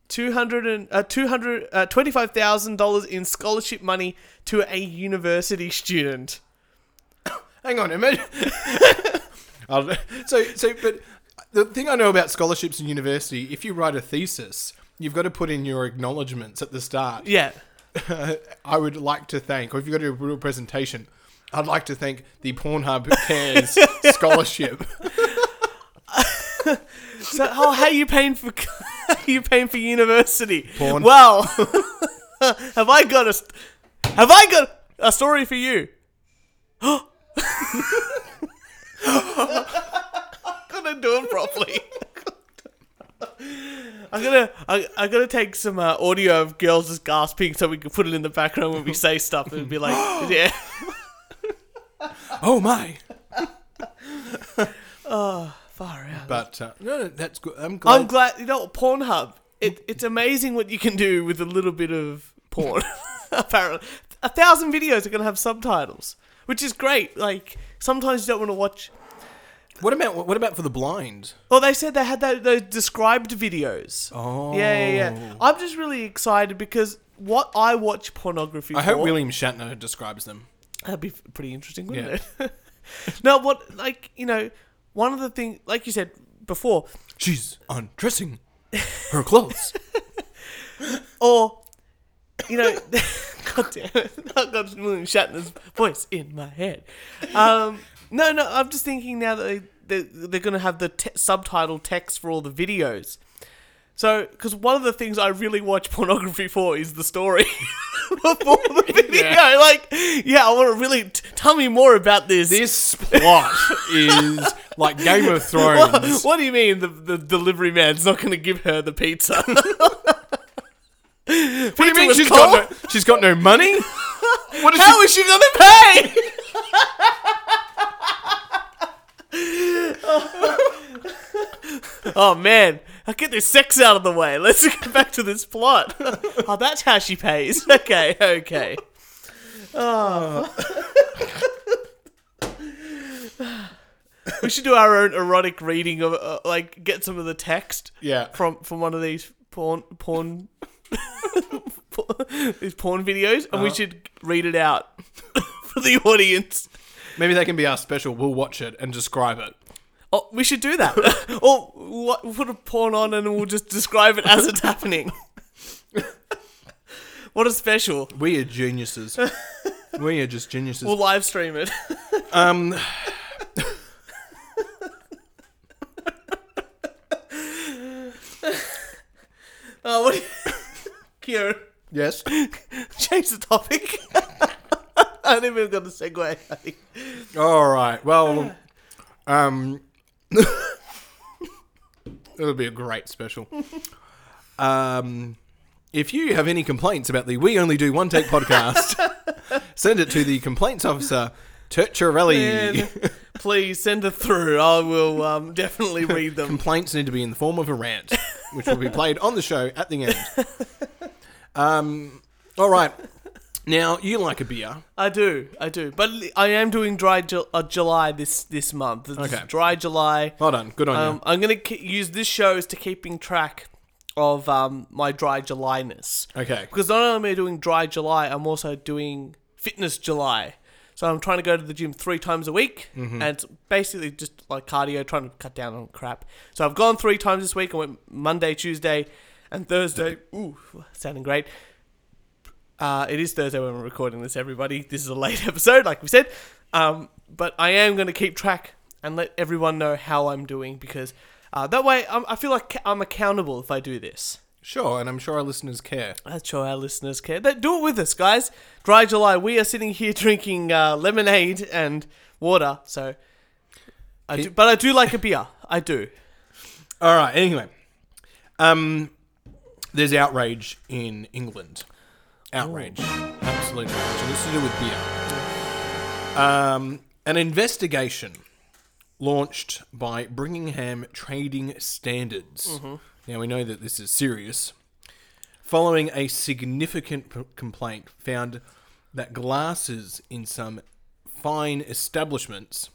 200 and, uh, 200, uh, $25,000 in scholarship money to a university student. Hang on, imagine. I'll- so, so, but the thing I know about scholarships in university, if you write a thesis, you've got to put in your acknowledgements at the start. Yeah. I would like to thank, or if you've got to do a real presentation, I'd like to thank the Pornhub Cares Scholarship. So, oh, how are you paying for how are you paying for university? Porn. Well, have I got a st- have I got a story for you? I'm gonna do it properly. I'm gonna I, I'm gonna take some uh, audio of girls just gasping so we can put it in the background when we say stuff and be like, yeah. Oh my! Far out. But uh, no, no, that's good. I'm glad. I'm glad you know Pornhub. It, it's amazing what you can do with a little bit of porn. Apparently, a thousand videos are going to have subtitles, which is great. Like sometimes you don't want to watch. what about what about for the blind? Oh, they said they had that, those described videos. Oh, Yeah, yeah, yeah. I'm just really excited because what I watch pornography. I hope for, William Shatner describes them. That'd be f- pretty interesting, wouldn't it? no, what like you know, one of the things like you said before, She's undressing her clothes. Or, you know, God damn it, I've got William Shatner's voice in my head. Um, no, no, I'm just thinking now that they, they, they're going to have the te- subtitle text for all the videos. So, because one of the things I really watch pornography for is the story before the video. Like, yeah, I want to really t- tell me more about this. this plot is like Game of Thrones. what, what do you mean the, the delivery man's not going to give her the pizza? What do you mean was she's cold? got no, she's got no money? What is How is she gonna pay? oh man, I get this sex out of the way. Let's get back to this plot. oh, that's how she pays. Okay, okay. Oh. we should do our own erotic reading of, uh, like, get some of the text Yeah. from from one of these porn porn these porn videos, and we should read it out for the audience. Maybe they can be our special. We'll watch it and describe it. Oh, we should do that, or what, we'll put a porn on and we'll just describe it as it's happening. What a special. We are geniuses. we are just geniuses. We'll live stream it. um, Oh, what? Kieran, yes. change the topic. I haven't even got a segue. I think. All right. Well, um, it'll be a great special. Um, if you have any complaints about the We Only Do One Take podcast, send it to the complaints officer, Turcharelli. Man, please send it through. I will um, definitely read them. Complaints need to be in the form of a rant, which will be played on the show at the end. Um, all right. Now, you like a beer. I do, I do. But li- I am doing dry Ju- uh, July this this month. It's Okay. Dry July. Well done. Good on Um, I'm gonna k- use this show as to keeping track of um, my dry Juliness. you. Okay. Because not only am I doing dry July, I'm also doing fitness July. So I'm trying to go to the gym three times a week, and it's basically just like cardio, trying to cut down on crap. So I've gone three times this week. I went Monday, Tuesday, and Thursday. Ooh, sounding great. Uh, it is Thursday when we're recording this, everybody. This is a late episode, like we said. Um, but I am going to keep track and let everyone know how I'm doing because uh, that way I'm, I feel like ca- I'm accountable if I do this. Sure, and I'm sure our listeners care. That's sure our listeners care. They, do it with us, guys. Dry July. We are sitting here drinking uh, lemonade and water. So, I do, but I do like a beer. I do. All right. Anyway, um, there's outrage in England. Outrage, absolutely. So this is to do with beer. Um, an investigation launched by Birmingham Trading Standards. Now we know that this is serious. Following a significant p- complaint, found that glasses in some fine establishments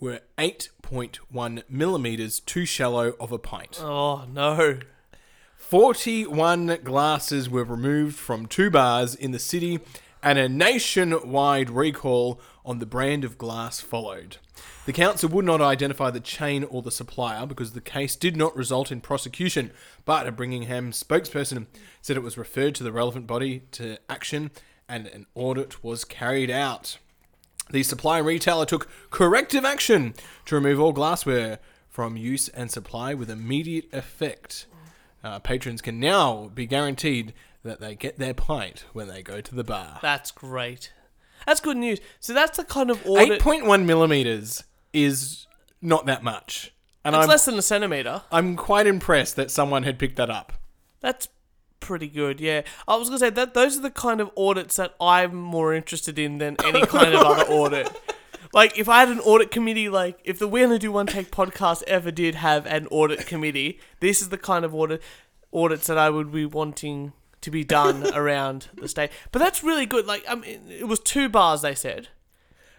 were 8.1 millimeters too shallow of a pint. Oh no! 41 glasses were removed from two bars in the city, and a nationwide recall on the brand of glass followed. The council would not identify the chain or the supplier because the case did not result in prosecution, but a Birmingham spokesperson said it was referred to the relevant body to action and an audit was carried out. The supply and retailer took corrective action to remove all glassware from use and supply with immediate effect. Uh, patrons can now be guaranteed that they get their pint when they go to the bar. That's great. That's good news. So that's the kind of order. Eight point one millimeters is not that much, and it's I'm less than a centimeter. I'm quite impressed that someone had picked that up. That's pretty good. Yeah, I was gonna say that those are the kind of audits that I'm more interested in than any kind of other audit. Like if I had an audit committee, like if the We Only Do One Take podcast ever did have an audit committee, this is the kind of audit audits that I would be wanting to be done around the state. But that's really good. Like I mean, it was two bars they said.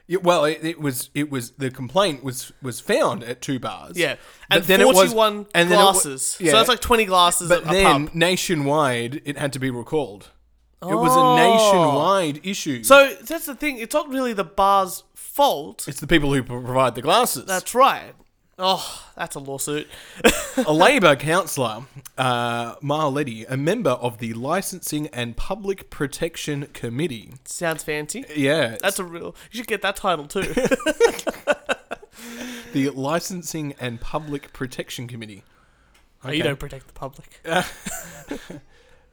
Yeah, well, it, it was it was the complaint was was found at two bars. Yeah, But and then it was- forty-one and then it wa- glasses. yeah. So that's like twenty glasses But at a then pub. nationwide, it had to be recalled. It was a nationwide issue. Oh. So that's the thing. It's not really the bar's fault. it's the people who pro- provide the glasses. That's right. Oh, that's a lawsuit. a Labour councillor, uh, Marletti, a member of the Licensing and Public Protection Committee. Sounds fancy. Yeah, it's That's a real. You should get that title too. Oh, the Licensing and Public Protection Committee. You don't protect the public.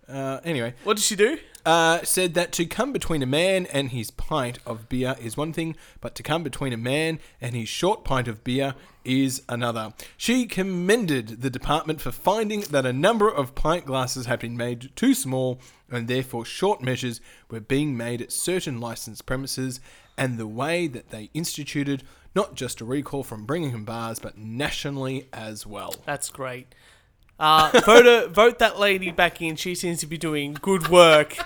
Uh, anyway, What did she do? uh, said that to come between a man and his pint of beer is one thing, but to come between a man and his short pint of beer is another. She commended the department for finding that a number of pint glasses had been made too small, and therefore short measures were being made at certain licensed premises, and the way that they instituted not just a recall from Birmingham bars, but nationally as well. That's great. Uh, vote her, vote that lady back in. She seems to be doing good work.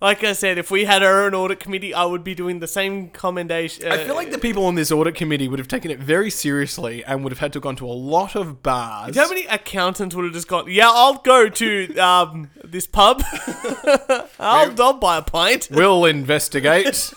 Like I said, if we had our own audit committee, I would be doing the same commendation. uh, I feel like the people on this audit committee would have taken it very seriously and would have had to gone to a lot of bars. Do you know how many accountants would have just gone? Yeah, I'll go to um, this pub. I'll, I'll buy a pint. We'll investigate.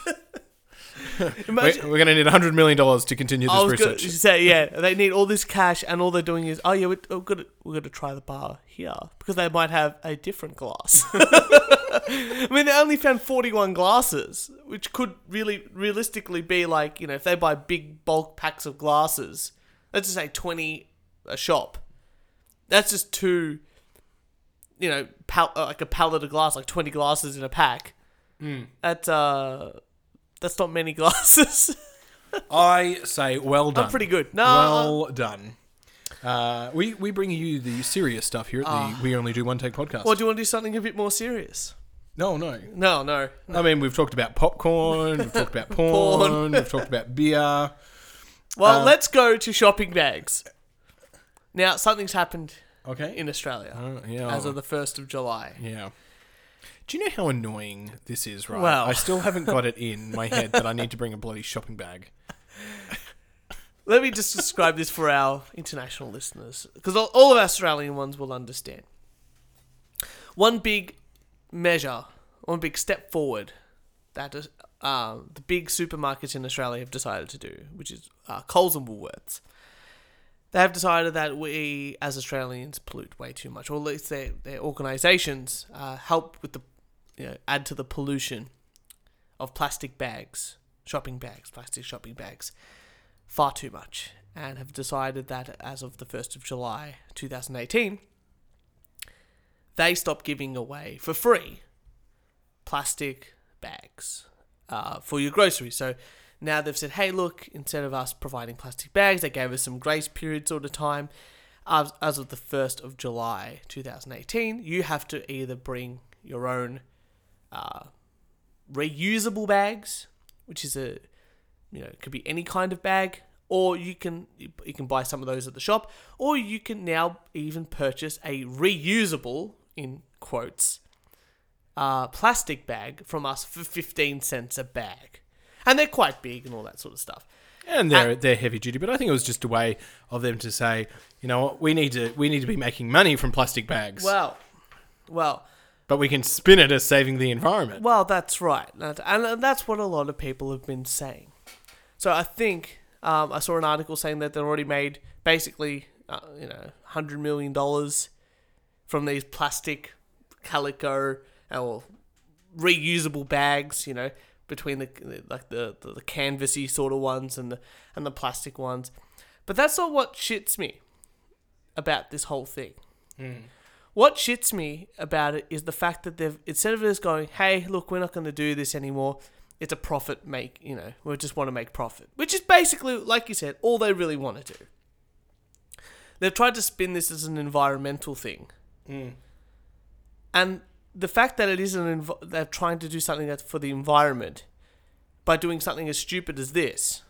Imagine, we're going to need $100 million to continue this I was going research. to say, yeah, they need all this cash, and all they're doing is, oh yeah, we're, we're gonna we're gonna try the bar here because they might have a different glass. I mean, they only found forty-one glasses, which could really realistically be like, you know, if they buy big bulk packs of glasses, let's just say twenty a shop. That's just two, you know, pal- uh, like a pallet of glass, like twenty glasses in a pack. Hmm. That's uh, that's not many glasses. I say well done. I'm pretty good. No, Well done. Uh, we, we bring you the serious stuff here at Ah. the We Only Do One Take podcast. Or do you want to do something a bit more serious? no, no. No, no. I mean, we've talked about popcorn, we've talked about porn, Porn. we've talked about beer. Well, let's go to shopping bags. Now, something's happened Okay. in Australia Uh, yeah. as of the 1st of July. Yeah. Do you know how annoying this is, right? Well. I still haven't got it in my head that I need to bring a bloody shopping bag. Let me just describe this for our international listeners, because all, all of our Australian ones will understand. One big measure, one big step forward that is, um, the big supermarkets in Australia have decided to do, which is uh, Coles and Woolworths. They have decided that we, as Australians, pollute way too much, or at least their, their organisations uh, help with the, you know, add to the pollution of plastic bags, shopping bags, plastic shopping bags far too much and have decided that as of the 1st of July 2018, they stop giving away for free plastic bags uh, for your groceries. So now they've said, hey, look, instead of us providing plastic bags, they gave us some grace period sort of time. As, as of the 1st of July 2018, you have to either bring your own uh, reusable bags, which is a you know, it could be any kind of bag, or you can you can buy some of those at the shop, or you can now even purchase a reusable in quotes uh, plastic bag from us for fifteen cents a bag, and they're quite big and all that sort of stuff. And they're they're heavy duty, but I think it was just a way of them to say, you know what, we need to we need to be making money from plastic bags. Well, well, but we can spin it as saving the environment. Well, that's right, and and that's what a lot of people have been saying. So I think um, I saw an article saying that they've already made basically, uh, you know, hundred million dollars from these plastic calico or reusable bags. You know, between the like the the, the canvasy sort of ones and the and the plastic ones. But that's not what shits me about this whole thing. What shits me about it is the fact that they've instead of just going, "Hey, look, we're not going to do this anymore," it's a profit make. You know, we just want to make profit, which is basically, like you said, all they really want to do. They've tried to spin this as an environmental thing, and the fact that it is an env- they're trying to do something that's for the environment by doing something as stupid as this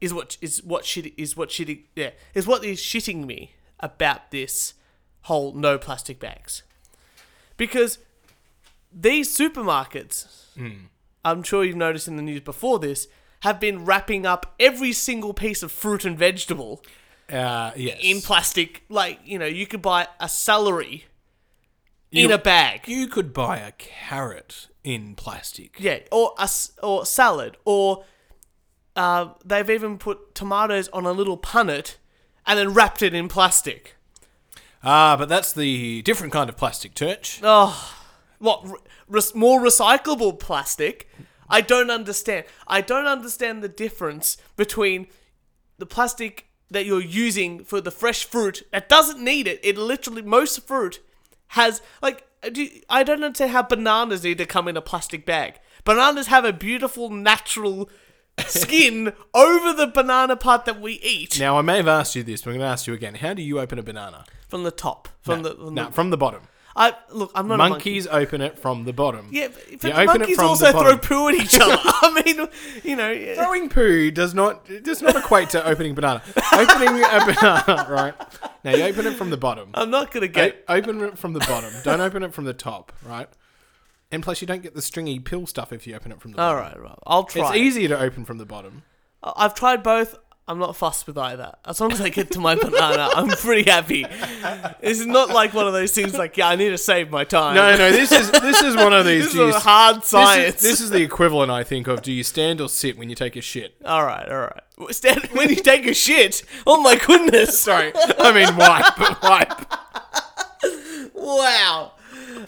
is what is what shit is what shitting yeah is what is shitting me about this whole no plastic bags because these supermarkets Hmm. I'm sure you've noticed in the news before this have been wrapping up every single piece of fruit and vegetable uh, yes. in plastic like you know you could buy a celery in You- a bag you could buy a carrot in plastic. Yeah, or a s or salad, or uh, they've even put tomatoes on a little punnet and then wrapped it in plastic. Ah, but that's the different kind of plastic, Turch. Oh, what re- res- more recyclable plastic? I don't understand. I don't understand the difference between the plastic that you're using for the fresh fruit that doesn't need it. It literally most fruit has like do you- I don't understand how bananas need to come in a plastic bag. Bananas have a beautiful natural skin over the banana part that we eat Now I may have asked you this, but I'm going to ask you again. How do you open a banana? from the top from no, the from no, the, from the bottom. I look. I'm not a monkey. Monkeys open it from the bottom. Yeah, but You the open it monkeys from the also throw bottom. poo at each other. I mean, you know, yeah. Throwing poo does not it does not equate to opening banana. Opening a banana, right? Now you open it from the bottom. I'm not gonna O- get. open it from the bottom. Don't open it from the top, right? And plus, you don't get the stringy pill stuff if you open it from the All bottom. right, right. I'll try. It's easier to open from the bottom. I- I've tried both. I'm not fussed with either. As long as I get to my banana, I'm pretty happy. It's not like one of those things like, yeah, I need to save my time. No, no, this is this is one of these. this do you- is hard this, science. is, this is the equivalent, I think, of do you stand or sit when you take a shit? all right, all right. Stand, when you take a shit, oh my goodness! Sorry, I mean wipe, but wipe. Wow.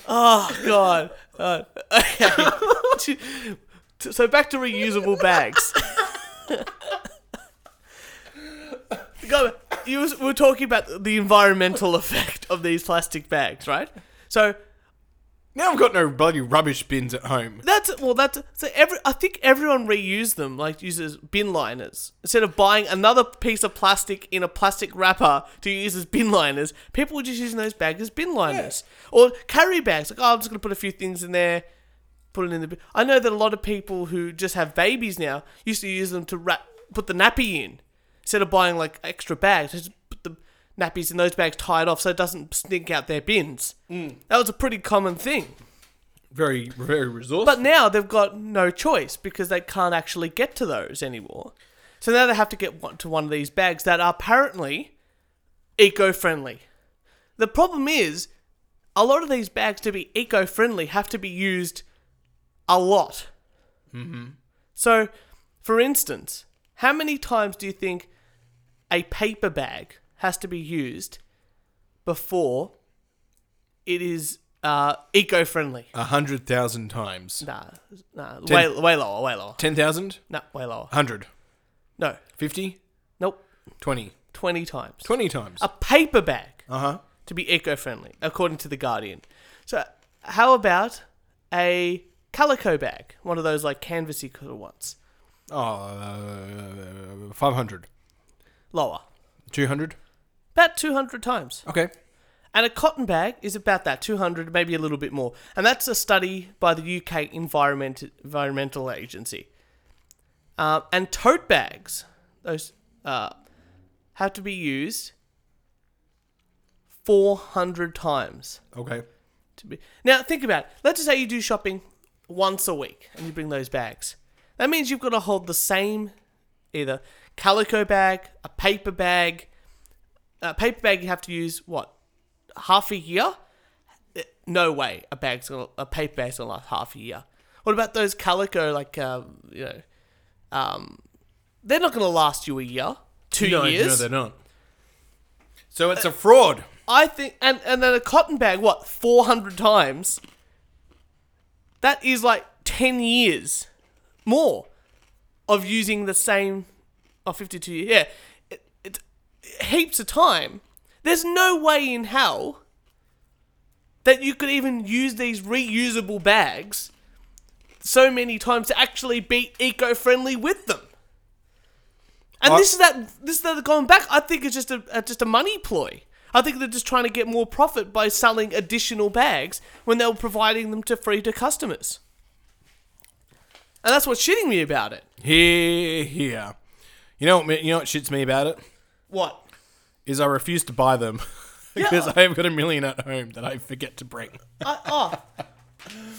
Oh god. Uh, okay. so back to reusable bags. God, you was, we were talking about the environmental effect of these plastic bags, right? So Now I've got no bloody rubbish bins at home. that's well, that's so every. I think everyone reused them, like uses bin liners instead of buying another piece of plastic in a plastic wrapper to use as bin liners. People were just using those bags as bin liners or carry bags. Like, oh, I'm just gonna put a few things in there, put it in the. bin. I know that a lot of people who just have babies now used to use them to wrap, put the nappy in instead of buying like extra bags. Just put the nappies in those bags tied off so it doesn't sneak out their bins. That was a pretty common thing. Very, very resourceful. But now they've got no choice because they can't actually get to those anymore. So now they have to get one, to one of these bags that are apparently eco friendly. The problem is, a lot of these bags to be eco friendly have to be used a lot. Mm-hmm. So, for instance, how many times do you think a paper bag has to be used before it is uh, eco friendly? a hundred thousand times. Nah, nah, way, way lower, way lower. Ten thousand? No, way lower. Hundred. No, Fifty? nope, Twenty. 20 times. Twenty times. A paper bag Uh huh. to be eco friendly, according to The Guardian. So, how about a calico bag? One of those like canvasy kind of ones. Oh, uh, 500. Lower. 200? About 200 times. Okay. And a cotton bag is about that, 200, maybe a little bit more. And that's a study by the UK Environment, Environmental Agency. Uh, and tote bags, those uh, have to be used 400 times. Okay. To be Now, think about it. Let's just say you do shopping once a week and you bring those bags. That means you've got to hold the same either calico bag, a paper bag. A paper bag you have to use, what, half a year? Eh, No way a bag's gonna, a paper bag's gonna last half a year. What about those calico, like, um, you know, um, they're not gonna last you a year, two no, years. No, they're not. So it's a fraud. I think, and and then a cotton bag, what four hundred times? That is like ten years more of using the same, oh, 52 years. Yeah, it, it's heaps of time. There's no way in hell that you could even use these reusable bags so many times to actually be eco-friendly with them. And I- this is that this is that going back. I think it's just a, a just a money ploy. I think they're just trying to get more profit by selling additional bags when they were providing them to free to customers. And that's what's shitting me about it. Here, here. You know what, me- you know what shits me about it? What? Is I refuse to buy them because I have got a million at home that I forget to bring. I, oh,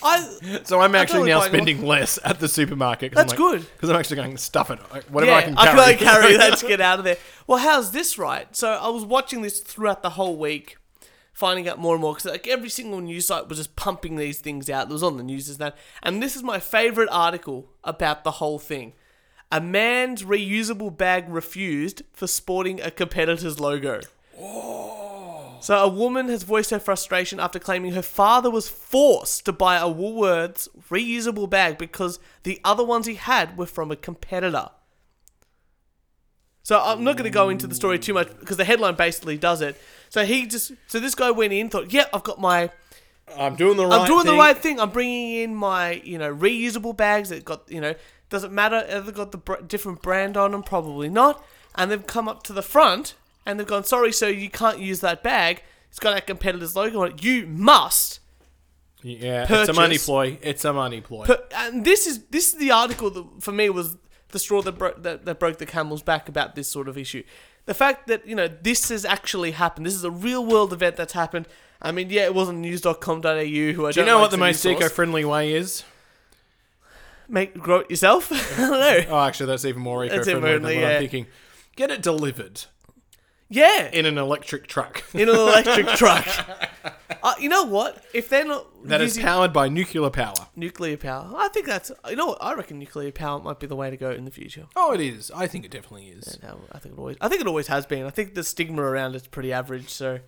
I So I'm totally actually buying now one. spending less at the supermarket. That's good. Because I'm actually going, stuff it. I- Whatever yeah, I can carry. I can carry. Let's get out of there. Well, how's this right? So I was watching this throughout the whole week, finding out more and more because like every single news site was just pumping these things out. It was on the news and that. And this is my favorite article about the whole thing. A man's reusable bag refused for sporting a competitor's logo. So a woman has voiced her frustration after claiming her father was forced to buy a Woolworths reusable bag because the other ones he had were from a competitor. So I'm not going to go into the story too much because the headline basically does it. So he just so this guy went in thought, "Yeah, I've got my I'm doing the right I'm doing thing. the right thing. I'm bringing in my, you know, reusable bags that got, you know, doesn't matter. Have they got the br- different brand on them? Probably not. And they've come up to the front and they've gone, sorry, so you can't use that bag. It's got that competitor's logo on it. You must. Yeah, it's a Purchase. money ploy. It's a money ploy. But and this is this is the article that for me was the straw that broke that, that broke the camel's back about this sort of issue. The fact that you know this has actually happened. This is a real world event that's happened. I mean, yeah, it wasn't news.com.au who I Do you know what the most eco-friendly way is? make grow it yourself. I don't know. Oh, actually, that's even more That's eco-friendly than eco-friendly, what yeah. I'm thinking. Get it delivered Yeah, in, in an electric truck an electric truck. Uh, you know what? If they're not that is using powered by nuclear power. nuclear power, I think that's you know what I reckon nuclear power might be the way to go in the future. Oh, it is. I think it definitely is. No, uh, I think it always. I think it always has been. I think the stigma around it's pretty average. So,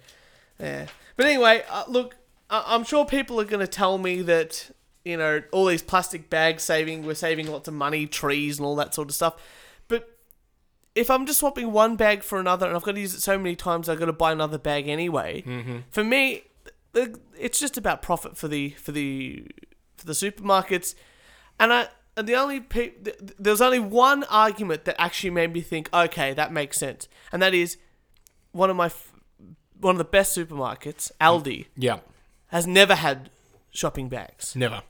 yeah. But anyway, uh, look, I- I'm sure people are going to tell me that you know all these plastic bags saving, we're saving lots of money, trees, and all that sort of stuff. But if I'm just swapping one bag for another, and I've got to use it so many times, I've got to buy another bag anyway. Mm-hmm. For me, th- th- it's just about profit for the for the for the supermarkets. And I and the only pe- th- th- there was only one argument that actually made me think, okay, that makes sense, and that is one of my f- one of the best supermarkets, Aldi, Yeah, has never had shopping bags, never.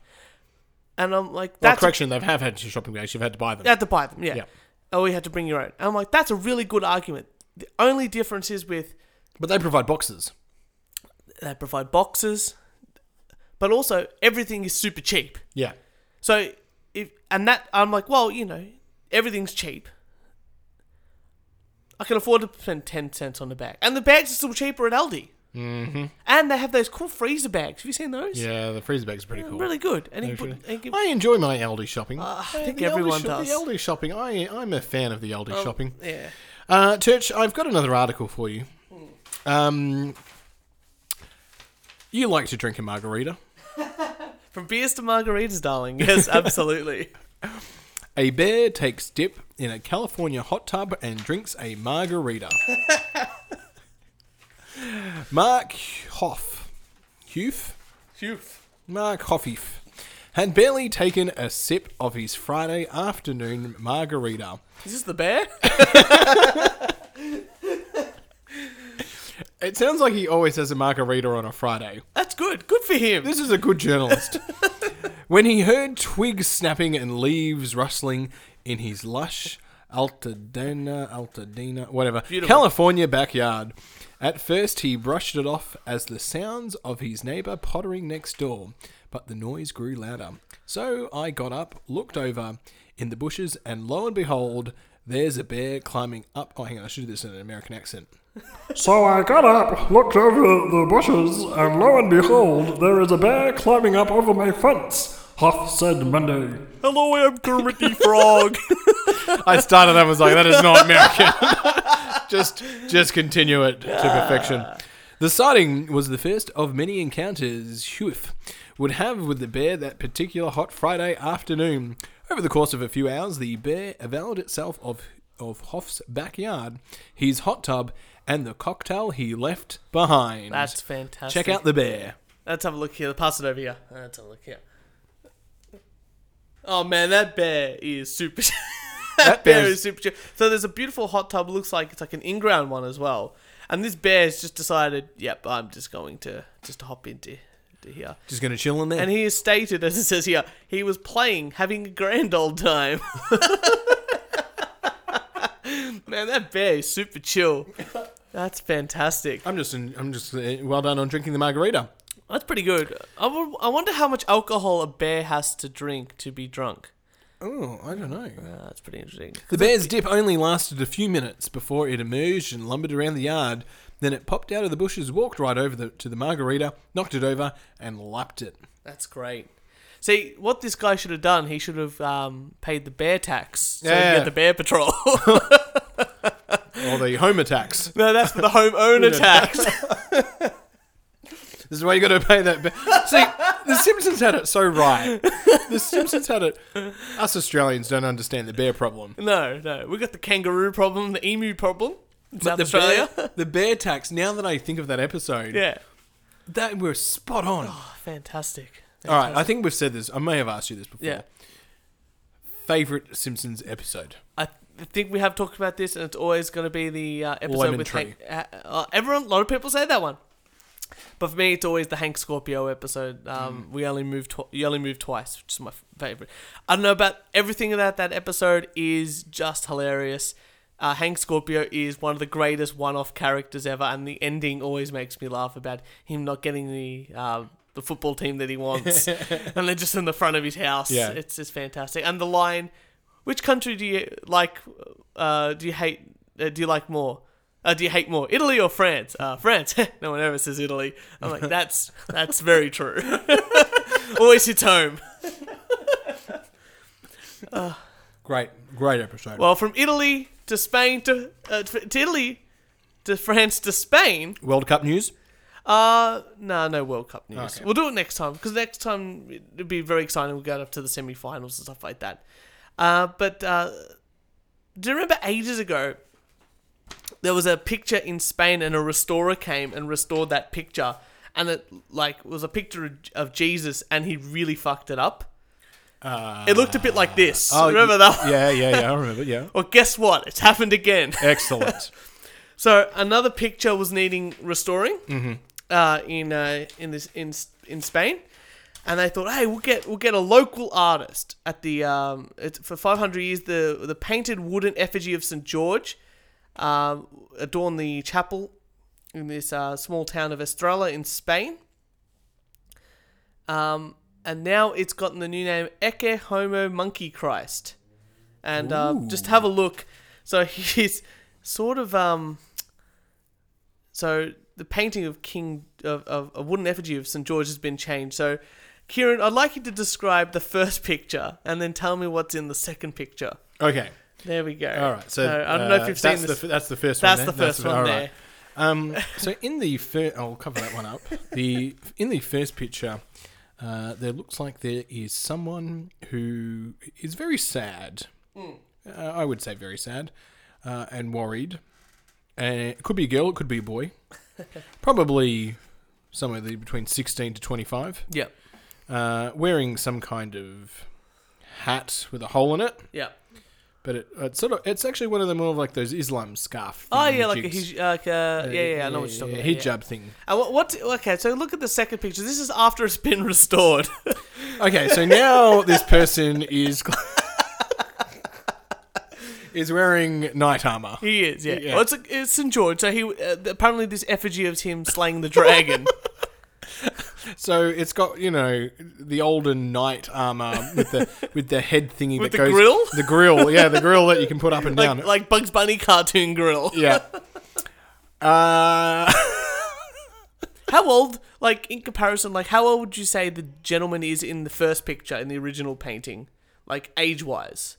and I'm like, Well, that's a- correction, they have had shopping bags. You've had to buy them. you had to buy them, yeah. Yeah. Oh, you had to bring your own. And I'm like, that's a really good argument. The only difference is with But they provide boxes. they provide boxes, but also everything is super cheap. Yeah. So if and that I'm like, well, you know, everything's cheap. I can afford to spend ten cents on the bag, and the bags are still cheaper at Aldi. Mm-hmm. And they have those cool freezer bags. Have you seen those? Yeah, the freezer bags are pretty cool. really good. And he put, Actually. and he- I enjoy my Aldi shopping. I think the Aldi everyone shop- does. Oh, The Aldi shopping, I, I'm a fan of the Aldi shopping. yeah, Uh, Church, I've got another article for you. Um, you like to drink a margarita. from beers to margaritas, darling. Yes, absolutely. A bear takes dip in a California hot tub and drinks a margarita. Mark Hoff. Huf? Mark Hoffif had barely taken a sip of his Friday afternoon margarita. Is this the bear? It sounds like he always has a margarita on a Friday. That's good. Good for him. This is a good journalist. when he heard twigs snapping and leaves rustling in his lush Altadena, Altadena, whatever, Beautiful. California backyard, at first he brushed it off as the sounds of his neighbor pottering next door, but the noise grew louder. So I got up, looked over in the bushes, and lo and behold, there's a bear climbing up. Oh, hang on, I should do this in an American accent. So I got up, looked over the bushes, and lo and behold, there is a bear climbing up over my fence, Huff said Monday. Hello, I'm Kermit the Frog. I started and was like, that is not American. just just continue it to perfection. The sighting was the first of many encounters Huif would have with the bear that particular hot Friday afternoon. Over the course of a few hours, the bear availed itself of of Hoff's backyard, his hot tub, and the cocktail he left behind. That's fantastic. Check out the bear. Let's have a look here. Pass it over here. Let's have a look here. Oh man, that bear is super. that bear bear's- is super. chill. So there's a beautiful hot tub. Looks like it's like an in-ground one as well. And this bear's just decided, yep, I'm just going to just hop into to here. Just gonna chill in there. And he has stated, as it says here, he was playing, having a grand old time. man, that bear is super chill. That's fantastic. I'm just I'm just uh, well done on drinking the margarita. That's pretty good. I wo- I wonder how much alcohol a bear has to drink to be drunk. Oh, I don't know. Uh, that's pretty interesting. The bear's dip only lasted a few minutes before it emerged and lumbered around the yard. Then it popped out of the bushes, walked right over the, to the margarita, knocked it over, and lapped it. That's great. See, what this guy should have done, he should have um, paid the bear tax. So yeah. Yeah. get the bear patrol. Or the home attacks. no, that's for the homeowner tax. This is why you got to pay that. Bear. See, The Simpsons had it so right. The Simpsons had it. Us Australians don't understand the bear problem. no, no. We got the kangaroo problem, the emu problem. in South the Australia. Bear, the bear tax. Now that I think of that episode, yeah. that we're spot on. Oh, fantastic. All right, I think we've said this. I may have asked you this before. Yeah. Favorite Simpsons episode. I th- think we have talked about this, and it's always going to be the uh, episode Lemon with tree. Hank. Uh, uh, everyone, a lot of people say that one, but for me, it's always the Hank Scorpio episode. Mm. Um, We only moved, tw- you only moved twice, which is my f- favorite. I don't know about everything about that episode is just hilarious. Uh, Hank Scorpio is one of the greatest one-off characters ever, and the ending always makes me laugh about him not getting the. Uh, the football team that he wants, and they're just in the front of his house. Yeah. It's just fantastic. And the line, which country do you like? Uh, do you hate uh, do you like more? Uh, do you hate more, Italy or France? Uh, France. no one ever says Italy. I'm like, that's that's very true. Always hits home. Great, great episode. Well, Well, from Italy to Spain to uh, to Italy to France to Spain. World Cup news. Uh no, no World Cup news. Okay. We'll do it next time because next time it'd be very exciting. We'll go up to the semi-finals and stuff like that. Uh, but uh, do you remember ages ago there was a picture in Spain and a restorer came and restored that picture, and it like was a picture of- of Jesus and he really fucked it up. it looked a bit like this. remember Ah. that? Oh, y- One? Yeah, yeah, yeah. I remember. Yeah. Well, guess what? It's happened again. Excellent. So another picture was needing restoring uh, in uh, in this in in Spain, and they thought, hey, we'll get we'll get a local artist at the um, it's, for 500 years the the painted wooden effigy of Saint George um, adorned the chapel in this uh, small town of Estrella in Spain. Um, and now it's gotten the new name Ecce Homo Monkey Christ. And uh, just have a look. So he's sort of um. So the painting of King of, of a wooden effigy of Saint George has been changed. So, Kieran, I'd like you to describe the first picture and then tell me what's in the second picture. okay. There we go. All right. So I don't know uh, if you've seen that's this. The, f- that's the first that's one. the there. first one all there. right. Um, so in the first, I'll cover that one up. The in the first picture, uh, there looks like there is someone who is very sad. Hmm. Uh, I would say very sad uh, and worried. And it could be a girl, it could be a boy. Probably somewhere between sixteen to twenty-five. Yep. Uh, wearing some kind of hat with a hole in it. Yep. But it, it's sort of it's actually one of the more like those Islam scarf. Oh thingy yeah, like a jigs. hij- like Uh, a, yeah, yeah, I know what you're talking yeah, about. yeah. Hijab thing. And what, what? Okay, so look at the second picture. This is after it's been restored. Okay, so now this person is is wearing knight armor. he is, yeah. Yeah. Well, it's, it's St George. So he uh, apparently this effigy of him slaying the dragon. So it's got you know the olden knight armor with the with the head thingy With that the goes grill? the grill, yeah, the grill that you can put up and down. like, like Bugs Bunny cartoon grill. yeah. Uh, How old? Like in comparison, like how old would you say the gentleman is in the first picture in the original painting, like age wise?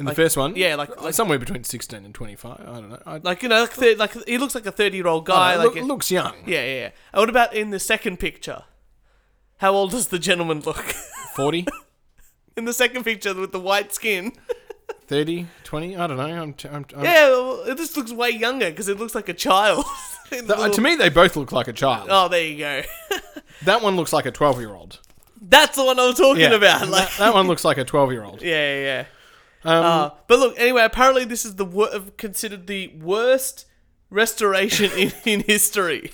in the first one, yeah, like- like- somewhere between sixteen and twenty-five. I don't know. I, Like you know, like, th- like he looks like a thirty year old guy. I like look, looks young. yeah, yeah, yeah. And what about in the second picture? How old does the gentleman look? Forty. in the second picture with the white skin. 30, 20? I don't know. I'm, t- I'm, I'm Yeah, well, it just looks way younger because it looks like a child. In the Th- uh, to little- me, they both look like a child. oh, there you go. That one looks like a 12 year old. That's the one I was talking about. Like, that, that one looks like a 12 year old. yeah, yeah, yeah. Um, Uh, but look, anyway, apparently this is the wor- considered the worst restoration in, in history.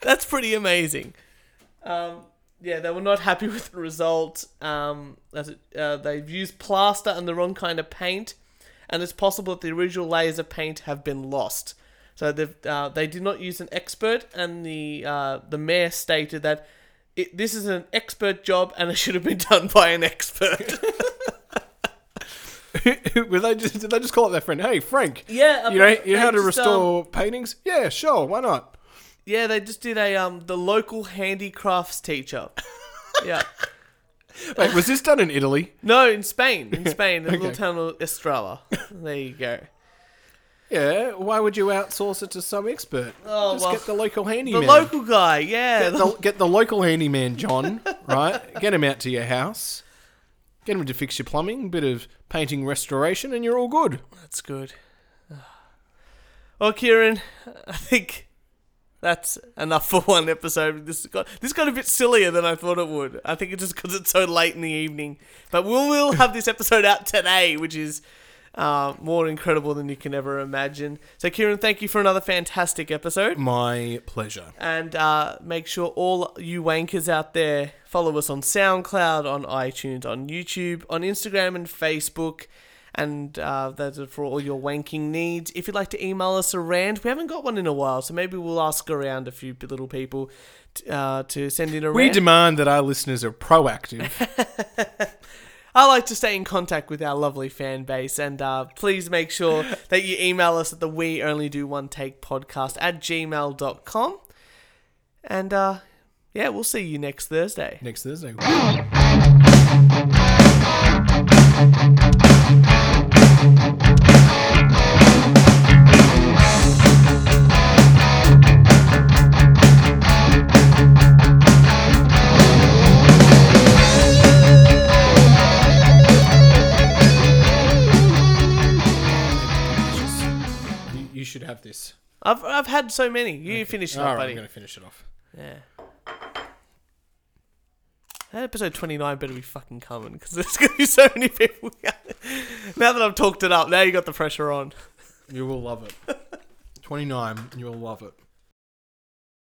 That's pretty amazing. Um, yeah, they were not happy with the result. Um, as it, uh, they've used plaster and the wrong kind of paint, and it's possible that the original layers of paint have been lost. So they've, uh, they did not use an expert, and the uh, the mayor stated that it, this is an expert job and it should have been done by an expert. Were they just, did they just call up their friend? Hey, Frank. Yeah, You know, appa- you know how they to just, um, restore paintings? Yeah, sure. Why not? Yeah, they just did a um the local handicrafts teacher. yeah. Wait, was this done in Italy? No, in Spain. In Spain, in the little Okay. town of Estrella. There you go. Yeah. Why would you outsource it to some expert? Oh, just well, get the local The handyman. local guy, yeah. Get the, get the local handyman, John, right? Get him out to your house. Get him to fix your plumbing, bit of painting restoration, and you're all good. That's good. Well, Kieran, I think that's enough for one episode. This got this got a bit sillier than I thought it would. I think it's just because it's so late in the evening. But we'll we'll have this episode out today, which is uh, more incredible than you can ever imagine. So, Kieran, thank you for another fantastic episode. My pleasure. and uh, make sure all you wankers out there follow us on SoundCloud, on iTunes, on YouTube, on Instagram and Facebook. And uh, that's it for all your wanking needs. If you'd like to email us around, we haven't got one in a while, so maybe we'll ask around a few little people t- uh, to send in a We rant. demand that our listeners are proactive. I like to stay in contact with our lovely fan base, and uh, please make sure that you email us at the We Only Do One Take podcast at gmail.com. And uh, yeah, we'll see you next Thursday. Next Thursday. You- You should have this. I've, I've had so many. You finish it All up, right, I'm buddy. going to finish it off. Yeah. That episode 29 better be fucking coming because there's going to be so many people. now that I've talked it up, now you got the pressure on. You will love it. 29, you will love it.